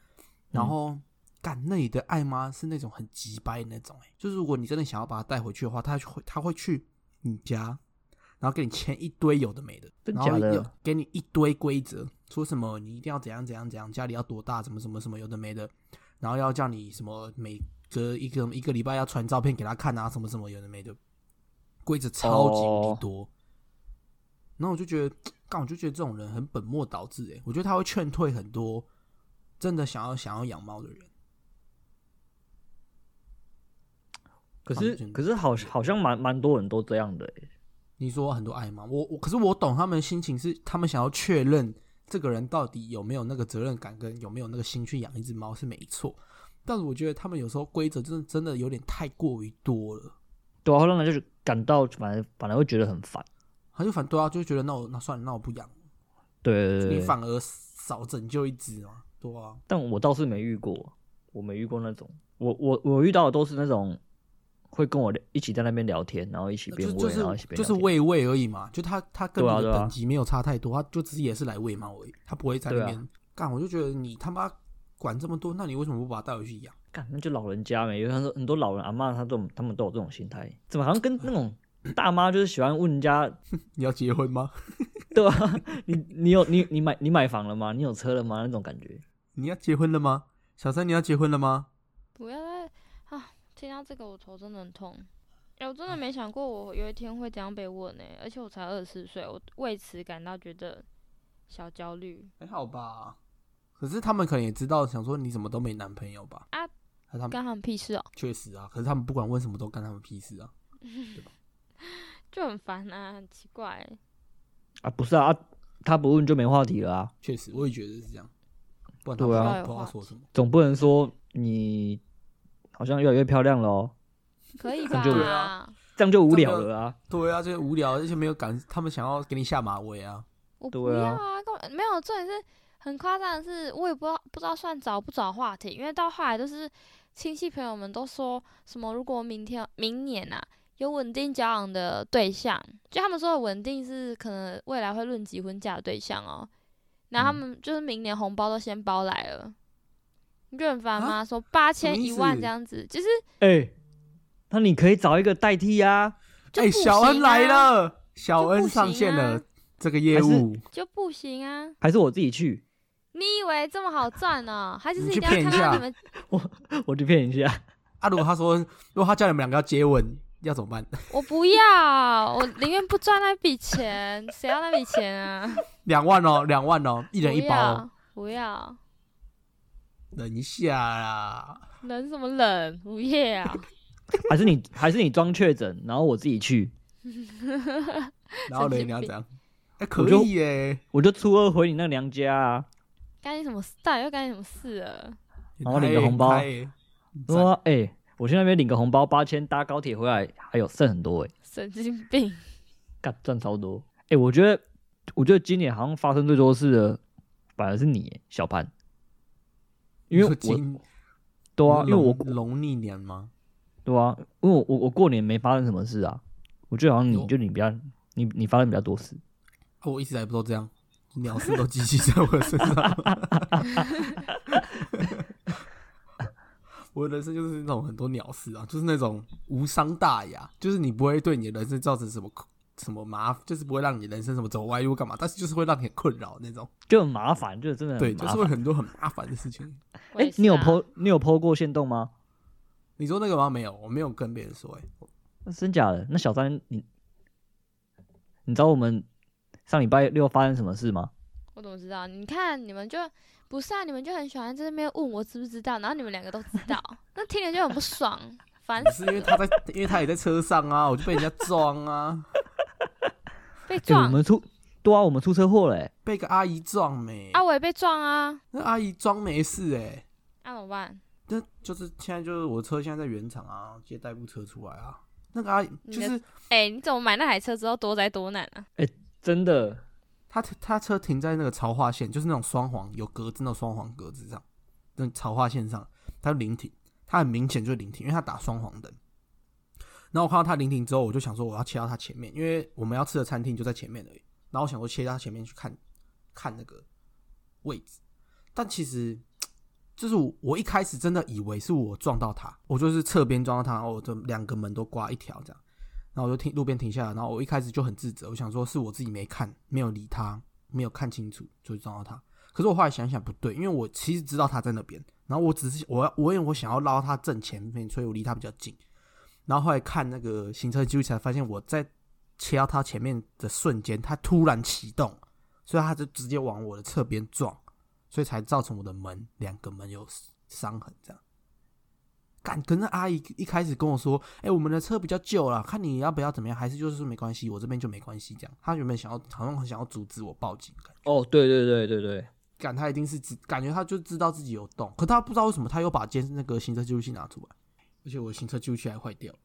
[SPEAKER 3] 然后，干那里的爱妈是那种很急掰的那种、欸，就是如果你真的想要把它带回去的话，它会它会去你家，然后给你签一堆有的没的，
[SPEAKER 1] 真
[SPEAKER 3] 然后
[SPEAKER 1] 假的
[SPEAKER 3] 又给你一堆规则，说什么你一定要怎样怎样怎样，家里要多大，什么什么什么有的没的，然后要叫你什么每隔一个一个礼拜要传照片给他看啊，什么什么有的没的，规则超级无
[SPEAKER 1] 哦
[SPEAKER 3] 敌多。欸然后我就觉得，干我就觉得这种人很本末倒置哎、我觉得他会劝退很多真的想要想要养猫的人。
[SPEAKER 1] 可
[SPEAKER 3] 啊
[SPEAKER 1] 是可是好好像蛮蛮多人都这样的欸、
[SPEAKER 3] 你说很多爱猫，我我可是我懂他们的心情是，他们想要确认这个人到底有没有那个责任感，跟有没有那个心去养一只猫是没错。但是我觉得他们有时候规则真的真的有点太过于多了，
[SPEAKER 1] 对啊，会让人就是感到反而反而会觉得很烦。
[SPEAKER 3] 他就反对啊，就觉得那我那算了，那我不养，
[SPEAKER 1] 对对对
[SPEAKER 3] 你
[SPEAKER 1] 对
[SPEAKER 3] 反而少拯救一只嘛，对啊，
[SPEAKER 1] 但我倒是没遇过，我没遇过那种，我我我遇到的都是那种会跟我一起在那边聊天，然后一起
[SPEAKER 3] 呃就
[SPEAKER 1] 边
[SPEAKER 3] 就
[SPEAKER 1] 喂，然后一
[SPEAKER 3] 是
[SPEAKER 1] 起边
[SPEAKER 3] 就是
[SPEAKER 1] 聊天
[SPEAKER 3] 喂喂而已嘛，就他他跟
[SPEAKER 1] 对啊
[SPEAKER 3] 你的
[SPEAKER 1] 对啊
[SPEAKER 3] 等级没有差太多，他就只是也是来喂猫而已，他不会在那
[SPEAKER 1] 对啊
[SPEAKER 3] 边干。我就觉得你他妈管这么多，那你为什么不把它带回去养？
[SPEAKER 1] 干，那就老人家没，因为他说很多老人阿嬷，他这种他们都有这种心态，怎么好像跟那 种大妈就是喜欢问人家，
[SPEAKER 3] 你要结婚吗？
[SPEAKER 1] 对吧、你你有你你买你买房了吗？你有车了吗？那种感觉。
[SPEAKER 3] 你要结婚了吗？小三，你要结婚了吗？
[SPEAKER 2] 不要再啊！听到这个我头真的很痛。哎、我真的没想过我有一天会这样被问呢、欸而且我才二十四岁，我为此感到觉得小焦虑。
[SPEAKER 3] 还好吧。可是他们可能也知道，想说你怎么都没男朋友吧？
[SPEAKER 2] 啊，
[SPEAKER 3] 他他们
[SPEAKER 2] 干他们屁事哦、
[SPEAKER 3] 确实啊，可是他们不管问什么都干他们屁事啊。
[SPEAKER 2] 就很烦啊，很奇怪、
[SPEAKER 1] 啊，不是啊，啊他不问就没话题了啊，
[SPEAKER 3] 确实，我也觉得是这样，不然
[SPEAKER 1] 对
[SPEAKER 3] 他们不知
[SPEAKER 1] 啊
[SPEAKER 3] 道不知道说什么。
[SPEAKER 1] 总不能说你好像越来越漂亮了哦，
[SPEAKER 2] 可以
[SPEAKER 1] 这样就
[SPEAKER 2] 吧？
[SPEAKER 1] 这样就无
[SPEAKER 3] 这
[SPEAKER 1] 聊
[SPEAKER 3] 样就
[SPEAKER 1] 了啊。
[SPEAKER 3] 对啊，就是无聊，而且没有感，他们想要给你下马威啊。
[SPEAKER 2] 我
[SPEAKER 1] 对
[SPEAKER 2] 不要
[SPEAKER 1] 啊
[SPEAKER 2] 啊，根本没有。重点是很夸张的是，我也不知道不知道算找不找话题，因为到后来都是亲戚朋友们都说什么，如果明天明年啊有稳定交往的对象，就他们说的稳定是可能未来会论及婚嫁的对象哦。然后他
[SPEAKER 1] 嗯
[SPEAKER 2] 们就是明年红包都先包来了，你就很烦
[SPEAKER 3] 啊
[SPEAKER 2] 吗？说八
[SPEAKER 3] 什么
[SPEAKER 2] 千
[SPEAKER 3] 意
[SPEAKER 2] 一万
[SPEAKER 3] 思
[SPEAKER 2] 这样子，就是
[SPEAKER 1] 哎、那你可以找一个代替啊，
[SPEAKER 2] 就
[SPEAKER 3] 哎、
[SPEAKER 2] 不
[SPEAKER 3] 小恩
[SPEAKER 2] 行
[SPEAKER 3] 来
[SPEAKER 2] 啊，
[SPEAKER 3] 了，小恩上线了
[SPEAKER 2] 就不行啊，
[SPEAKER 3] 这个业务
[SPEAKER 2] 就不行啊！
[SPEAKER 1] 还是我自己去，
[SPEAKER 2] 你以为这么好赚呢、还就是
[SPEAKER 3] 你
[SPEAKER 2] 一
[SPEAKER 3] 去
[SPEAKER 2] 定要
[SPEAKER 3] 骗一
[SPEAKER 2] 看到
[SPEAKER 3] 下
[SPEAKER 2] 你们
[SPEAKER 1] 我去骗一下。
[SPEAKER 3] 啊。如果他说，如果他叫你们两个要接吻，要怎么办？
[SPEAKER 2] 我不要，我宁愿不赚那笔钱， 谁要那笔钱啊？
[SPEAKER 3] 两万哦，两万哦，一
[SPEAKER 2] 一
[SPEAKER 3] 人一包哦，
[SPEAKER 2] 不要，
[SPEAKER 3] 忍一下 啦。
[SPEAKER 2] 不要，冷什么冷？午夜啊，
[SPEAKER 1] 还是你还是你装确诊，然后我自己去，
[SPEAKER 3] 然后呢，
[SPEAKER 2] 神经
[SPEAKER 3] 你要
[SPEAKER 2] 病
[SPEAKER 3] 怎样？哎、
[SPEAKER 1] 我
[SPEAKER 3] 可
[SPEAKER 1] 就
[SPEAKER 3] 以耶、
[SPEAKER 1] 我就初二回你那娘家啊。
[SPEAKER 2] 干你什么事？到底又干你什么事啊了？
[SPEAKER 1] 然后领个红包
[SPEAKER 3] 很嗨耶很嗨耶
[SPEAKER 1] 说哎、欸我去那边领个红包八千，搭高铁回来还有剩很多哎、欸，
[SPEAKER 2] 神经病！
[SPEAKER 1] 干赚超多哎、欸我觉得我觉得今年好像发生最多事的反而是你、欸、小潘，因为
[SPEAKER 3] 你说
[SPEAKER 1] 我
[SPEAKER 3] 今
[SPEAKER 1] 对啊，因
[SPEAKER 3] 你
[SPEAKER 1] 为
[SPEAKER 3] 说
[SPEAKER 1] 我
[SPEAKER 3] 农农历年吗？
[SPEAKER 1] 对啊，因为我我我过年没发生什么事啊，我觉得好像你
[SPEAKER 3] 有
[SPEAKER 1] 就你比较你你发生比较多事，
[SPEAKER 3] 啊我一直以来不都这样，鸟事都集集在我身上。 我的人生就是那种很多鸟事啊，就是那种无伤大雅，就是你不会对你的人生造成什么什么麻，就是不会让你人生什么走歪路干嘛，但是就是会让你很困扰那种。
[SPEAKER 1] 就很麻烦，就真的
[SPEAKER 3] 对，
[SPEAKER 1] 很
[SPEAKER 3] 就
[SPEAKER 1] 麻
[SPEAKER 3] 是
[SPEAKER 1] 烦。
[SPEAKER 3] 会很多很麻烦的事情。
[SPEAKER 2] 我也
[SPEAKER 1] 欸你有
[SPEAKER 2] 是啊
[SPEAKER 1] PO 你有 PO 过限动吗？
[SPEAKER 3] 你说那个吗？没有，我没有跟别人说、欸。
[SPEAKER 1] 啊真假的？那小三你你知道我们上礼拜六发生什么事吗？
[SPEAKER 2] 我怎么知道？你看你们就不是啊，你们就很喜欢在那边问我知不知道，然后你们两个都知道，那听了就很不爽，烦
[SPEAKER 3] 不
[SPEAKER 2] 死
[SPEAKER 3] 是因为他在，因为他也在车上啊，我就被人家撞啊，
[SPEAKER 2] 被
[SPEAKER 1] 欸我
[SPEAKER 2] 撞、
[SPEAKER 1] 们出对啊，我们出车祸了欸、
[SPEAKER 3] 被个阿姨撞没、
[SPEAKER 2] 啊，我也被撞啊，
[SPEAKER 3] 那阿姨装没事哎、欸，
[SPEAKER 2] 那、怎么办？
[SPEAKER 3] 那就是现在就是我车现在在原厂啊，接代步车出来啊。那个阿姨
[SPEAKER 2] 你
[SPEAKER 3] 就
[SPEAKER 2] 的
[SPEAKER 3] 是
[SPEAKER 2] 哎、你怎么买那台车之后多灾多难啊？
[SPEAKER 1] 真的，
[SPEAKER 3] 他他车停在那个潮化线，就是那种双黄有格子那种双黄格子上，那潮化线上，他就临停，他很明显就是临停，因为他打双黄灯。然后我看到他临停之后，我就想说我要切到他前面，因为我们要吃的餐厅就在前面而已。然后我想说切到他前面去看看那个位置，但其实就是我我一开始真的以为是我撞到他，我就是侧边撞到他，然后我就两个门都刮一条这样。然后我就停路边停下来，然后我一开始就很自责，我想说是我自己没看，没有理他，没有看清楚，就撞到他。可是我后来想想不对，因为我其实知道他在那边，然后我只是我要我因为我想要拉到他正前面，所以我离他比较近。然后后来看那个行车记录器才发现，我在切到他前面的瞬间，他突然启动，所以他就直接往我的侧边撞，所以才造成我的门两个门有伤痕这样。敢跟那阿姨一开始跟我说，哎、我们的车比较旧了，看你要不要怎么样，还是就是说没关系，我这边就没关系这样。她原本想要好像很想要阻止我报警，感觉
[SPEAKER 1] 哦，对对对对对，
[SPEAKER 3] 感他一定是知，感觉他就知道自己有动，可他不知道为什么他又把监那个行车记录器拿出来，而且我的行车记录器还坏掉了。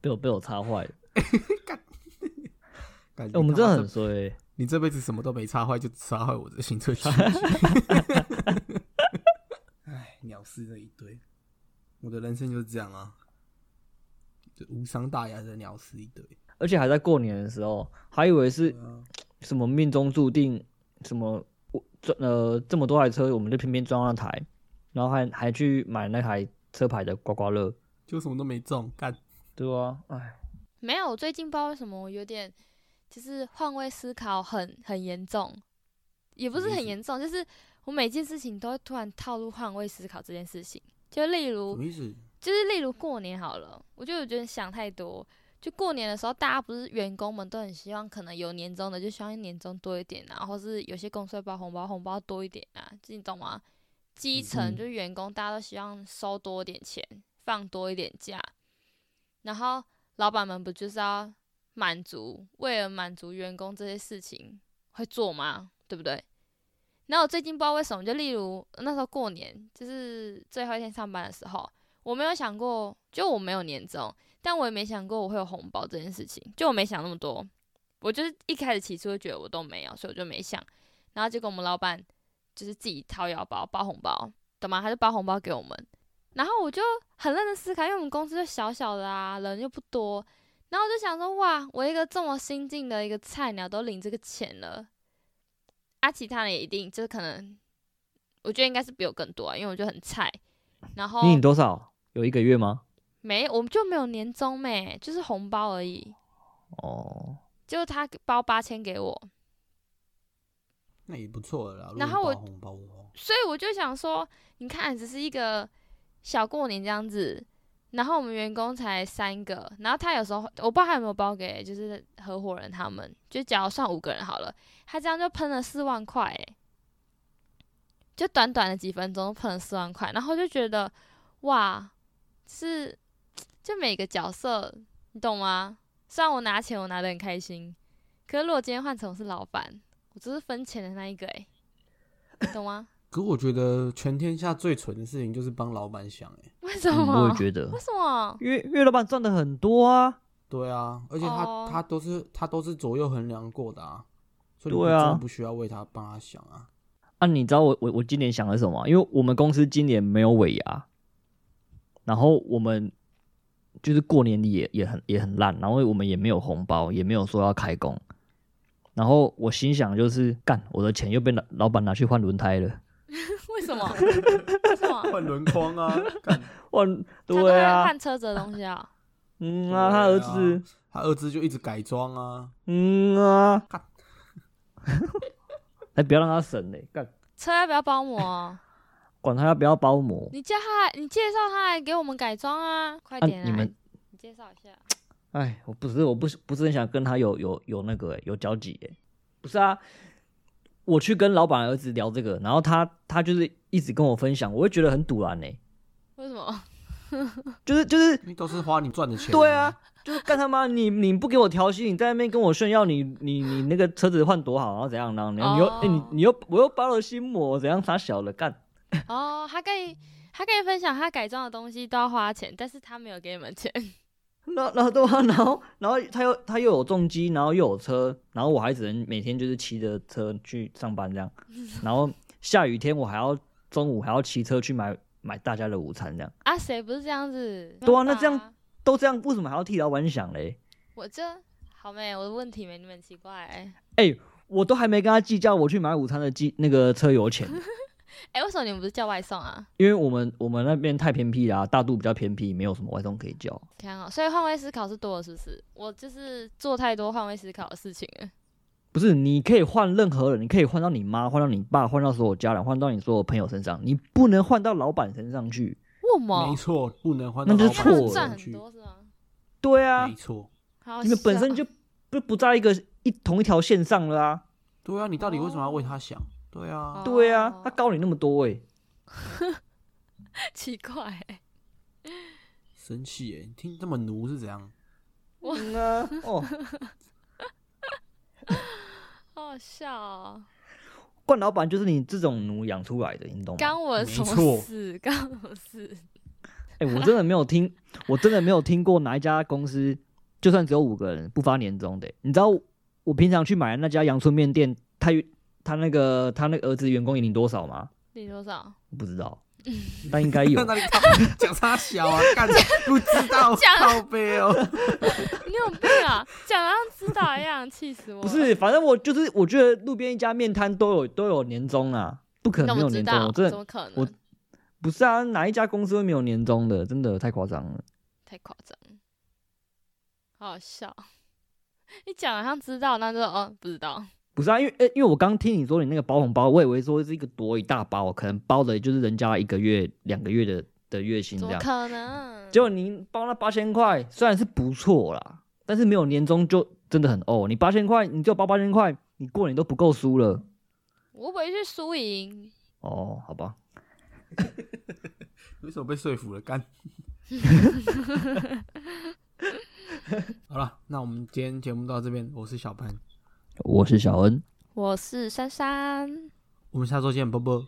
[SPEAKER 1] 被我被我插坏了。
[SPEAKER 3] 感
[SPEAKER 1] 哎、
[SPEAKER 3] 觉
[SPEAKER 1] 我们
[SPEAKER 3] 他
[SPEAKER 1] 真
[SPEAKER 3] 妈
[SPEAKER 1] 的很衰、欸，
[SPEAKER 3] 你这辈子什么都没插坏，就插坏我的行车记录器。哎，鸟事这一堆，我的人生就是这样啊，就无伤大雅的鸟事一堆。
[SPEAKER 1] 而且还在过年的时候，还以为是
[SPEAKER 3] 对啊
[SPEAKER 1] 什么命中注定，什么我这呃这么多台车，我们就偏偏撞到那台，然后还还去买那台车牌的刮刮乐，
[SPEAKER 3] 就什么都没中，干
[SPEAKER 1] 对啊，哎，
[SPEAKER 2] 没有，我最近不知道为什么我有点就是换位思考很很严重，也不
[SPEAKER 3] 什
[SPEAKER 2] 是
[SPEAKER 3] 么意
[SPEAKER 2] 很
[SPEAKER 3] 思
[SPEAKER 2] 严重，就是我每件事情都会突然套入换位思考这件事情。就例
[SPEAKER 3] 什
[SPEAKER 2] 如
[SPEAKER 3] 么意思？
[SPEAKER 2] 就是例如过年好了，我就有点想太多。就过年的时候，大家不是员工们都很希望可能有年终的，就希望年终多一点啊，或是有些公司会包红包，红包多一点啊，这你懂吗？基层
[SPEAKER 1] 嗯
[SPEAKER 2] 就是员工，大家都希望收多一点钱，放多一点假，然后老板们不就是要满足，为了满足员工这些事情会做吗？对不对？然后我最近不知道为什么，就例如那时候过年，就是最后一天上班的时候，我没有想过，就我没有年终，但我也没想过我会有红包这件事情，就我没想那么多。我就是一开始起初就觉得我都没有，所以我就没想。然后结果我们老板就是自己掏腰包包红包，懂吗？他就包红包给我们。然后我就很认真思考，因为我们公司就小小的啊，人又不多。然后我就想说，哇，我一个这么新进的一个菜鸟都领这个钱了，啊，其他人也一定就是可能，我觉得应该是比我更多、啊，因为我就很菜。然后
[SPEAKER 1] 你领多少？有一个月吗？
[SPEAKER 2] 没，我们就没有年终没，就是红包而已。
[SPEAKER 1] 哦，
[SPEAKER 2] 就他给包八千给我，
[SPEAKER 3] 那也不错了啦。
[SPEAKER 2] 然后我
[SPEAKER 3] 如果包红包的话，
[SPEAKER 2] 所以我就想说，你看，只是一个小过年这样子，然后我们员工才三个，然后他有时候我不知道他有没有包给就是合伙人他们，就假如算五个人好了，他这样就喷了四万块、欸，就短短的几分钟喷了四万块，然后就觉得哇，是就每个角色，你懂吗？虽然我拿钱我拿得很开心，可是如果今天换成我是老板，我就是分钱的那一个、欸，你懂吗？
[SPEAKER 3] 可我觉得全天下最蠢的事情就是帮老板想、欸，
[SPEAKER 2] 为什
[SPEAKER 1] 嗯
[SPEAKER 2] 么？
[SPEAKER 1] 我也觉得
[SPEAKER 2] 啊为，什么？
[SPEAKER 1] 因为因为老板赚的很多啊，
[SPEAKER 3] 对啊，而且他、
[SPEAKER 2] 哦
[SPEAKER 3] 他都是他都是左右衡量过的啊，所以你
[SPEAKER 1] 对啊
[SPEAKER 3] 真的不需要为他帮他想啊。
[SPEAKER 1] 啊，你知道我我我今年想的是什么吗？因为我们公司今年没有尾牙，然后我们就是过年也也很也很烂，然后我们也没有红包，也没有说要开工。然后我心想就是，干，我的钱又被老老板拿去换轮胎了，
[SPEAKER 2] 为什么？为什么？
[SPEAKER 3] 换轮框 啊，干
[SPEAKER 1] 换
[SPEAKER 2] 他都
[SPEAKER 1] 对
[SPEAKER 2] 会
[SPEAKER 1] 啊，
[SPEAKER 2] 换车子的东西啊！
[SPEAKER 1] 嗯啊，他儿子，
[SPEAKER 3] 他儿子就一直改装啊，
[SPEAKER 1] 嗯啊
[SPEAKER 3] 干，
[SPEAKER 1] 还不要让他省嘞，干，
[SPEAKER 2] 车要不要包膜啊？
[SPEAKER 1] 管他要不要包膜，
[SPEAKER 2] 你叫他来，你介绍他来给我们改装啊！快
[SPEAKER 1] 啊
[SPEAKER 2] 点啊！
[SPEAKER 1] 你们
[SPEAKER 2] 你介绍一下。
[SPEAKER 1] 哎，我不是，我不是不是很想跟他有有有那个、有交集、欸，不是啊，我去跟老板儿子聊这个，然后他他就是一直跟我分享，我会觉得很堵然呢、
[SPEAKER 2] 为什么？
[SPEAKER 1] 就是就是，
[SPEAKER 3] 因为都是花你赚的钱、
[SPEAKER 1] 对啊，，就是干他妈你你不给我调薪，你在那边跟我炫耀你你你那个车子换多好，然后怎样，然后你又、
[SPEAKER 2] 哦
[SPEAKER 1] 哎你你又我又包了心魔，怎样傻小了干，
[SPEAKER 2] 哦，他跟你，他跟你分享他改装的东西都要花钱，但是他没有给你们 钱。
[SPEAKER 1] 那然后对啊，然后然后他又他又有重机，然后又有车，然后我还只能每天就是骑着车去上班这样，然后下雨天我还要中午还要骑车去买买大家的午餐这样，
[SPEAKER 2] 啊，谁不是这样子？
[SPEAKER 1] 对啊
[SPEAKER 2] 没办法
[SPEAKER 1] 那这样都这样，为什么还要替老板想嘞？
[SPEAKER 2] 我这好没，我的问题没你们奇怪欸。
[SPEAKER 1] 我都还没跟他计较我去买午餐的计那个车油钱，
[SPEAKER 2] 哎，为什么你们不是叫外送啊？
[SPEAKER 1] 因为我们我们那边太偏僻啦、大肚比较偏僻，没有什么外送可以叫。
[SPEAKER 2] 天啊！所以换位思考是多了，是不是？我就是做太多换位思考的事情了。
[SPEAKER 1] 不是，你可以换任何人，你可以换到你妈，换到你爸，换到所有家人，换到你所有朋友身上，你不能换到老板身上去。
[SPEAKER 2] 为什么
[SPEAKER 3] 没？错，不能换
[SPEAKER 1] 那
[SPEAKER 3] 到
[SPEAKER 1] 就是
[SPEAKER 2] 他
[SPEAKER 3] 老
[SPEAKER 1] 错了
[SPEAKER 2] 们
[SPEAKER 3] 板
[SPEAKER 2] 赚
[SPEAKER 3] 身
[SPEAKER 2] 很
[SPEAKER 3] 去，
[SPEAKER 2] 多是吗？
[SPEAKER 1] 对啊，
[SPEAKER 3] 没错，
[SPEAKER 2] 好
[SPEAKER 1] 你们本身
[SPEAKER 2] 笑
[SPEAKER 1] 就不不在一个一同一条线上了啊。
[SPEAKER 3] 对啊，你到底为什么要为他想？对啊，
[SPEAKER 1] 对啊，他
[SPEAKER 2] 哦
[SPEAKER 1] 高你那么多哎、
[SPEAKER 2] 奇怪 欸、
[SPEAKER 3] 生气耶！你听这么奴是怎样？
[SPEAKER 2] 哇
[SPEAKER 1] 嗯啊，哦，
[SPEAKER 2] 好好笑哦！
[SPEAKER 1] 冠老板就是你这种奴养出来的，你懂吗？
[SPEAKER 2] 干我什
[SPEAKER 3] 没错
[SPEAKER 2] 么事？干我什么事？
[SPEAKER 1] 哎、我真的没有听， 我真的没有听过哪一家公司，就算只有五个人不发年终的、你知道我平常去买的那家阳春面店，他他那个他那个儿子员工也领多少吗？
[SPEAKER 2] 你多少？
[SPEAKER 1] 我不知道，但应该有。
[SPEAKER 3] 那你靠讲他小 啊，干不知道
[SPEAKER 2] 讲
[SPEAKER 3] 靠背哦。
[SPEAKER 2] 你有病啊！讲得像知道一样，气死我！
[SPEAKER 1] 不，是，反正我就是我觉得路边一家面摊都有都有年终啊，不可
[SPEAKER 2] 那
[SPEAKER 1] 能没
[SPEAKER 2] 我
[SPEAKER 1] 有
[SPEAKER 2] 知
[SPEAKER 1] 年终，
[SPEAKER 2] 道，
[SPEAKER 1] 我真
[SPEAKER 2] 怎
[SPEAKER 1] 的
[SPEAKER 2] 么可
[SPEAKER 1] 我
[SPEAKER 2] 能？
[SPEAKER 1] 不是啊，哪一家公司会没有年终的？真的太夸张了。
[SPEAKER 2] 太夸张了，好好笑。你讲得像知道，那就哦不知道。
[SPEAKER 1] 不是啊，因为、呃因为我刚听你说你那个包红包，我以为说是一个多一大包，可能包的就是人家一个月、两个月的的月薪
[SPEAKER 2] 怎
[SPEAKER 1] 这
[SPEAKER 2] 么
[SPEAKER 1] 样。
[SPEAKER 2] 可能？
[SPEAKER 1] 结果你包那八千块，虽然是不错啦，但是没有年终就真的很哦。你八千块，你就包八千块，你过年都不够输了
[SPEAKER 2] 我会不会去输赢？
[SPEAKER 1] 哦。好吧，
[SPEAKER 3] 为什么被说服了？ 干。好了，那我们今天节目到这边，我是小潘，
[SPEAKER 1] 我是小恩，
[SPEAKER 2] 我是珊珊，
[SPEAKER 3] 我们下周见，啵啵。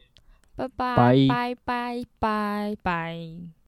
[SPEAKER 2] 拜
[SPEAKER 1] 拜
[SPEAKER 2] 拜拜拜拜拜。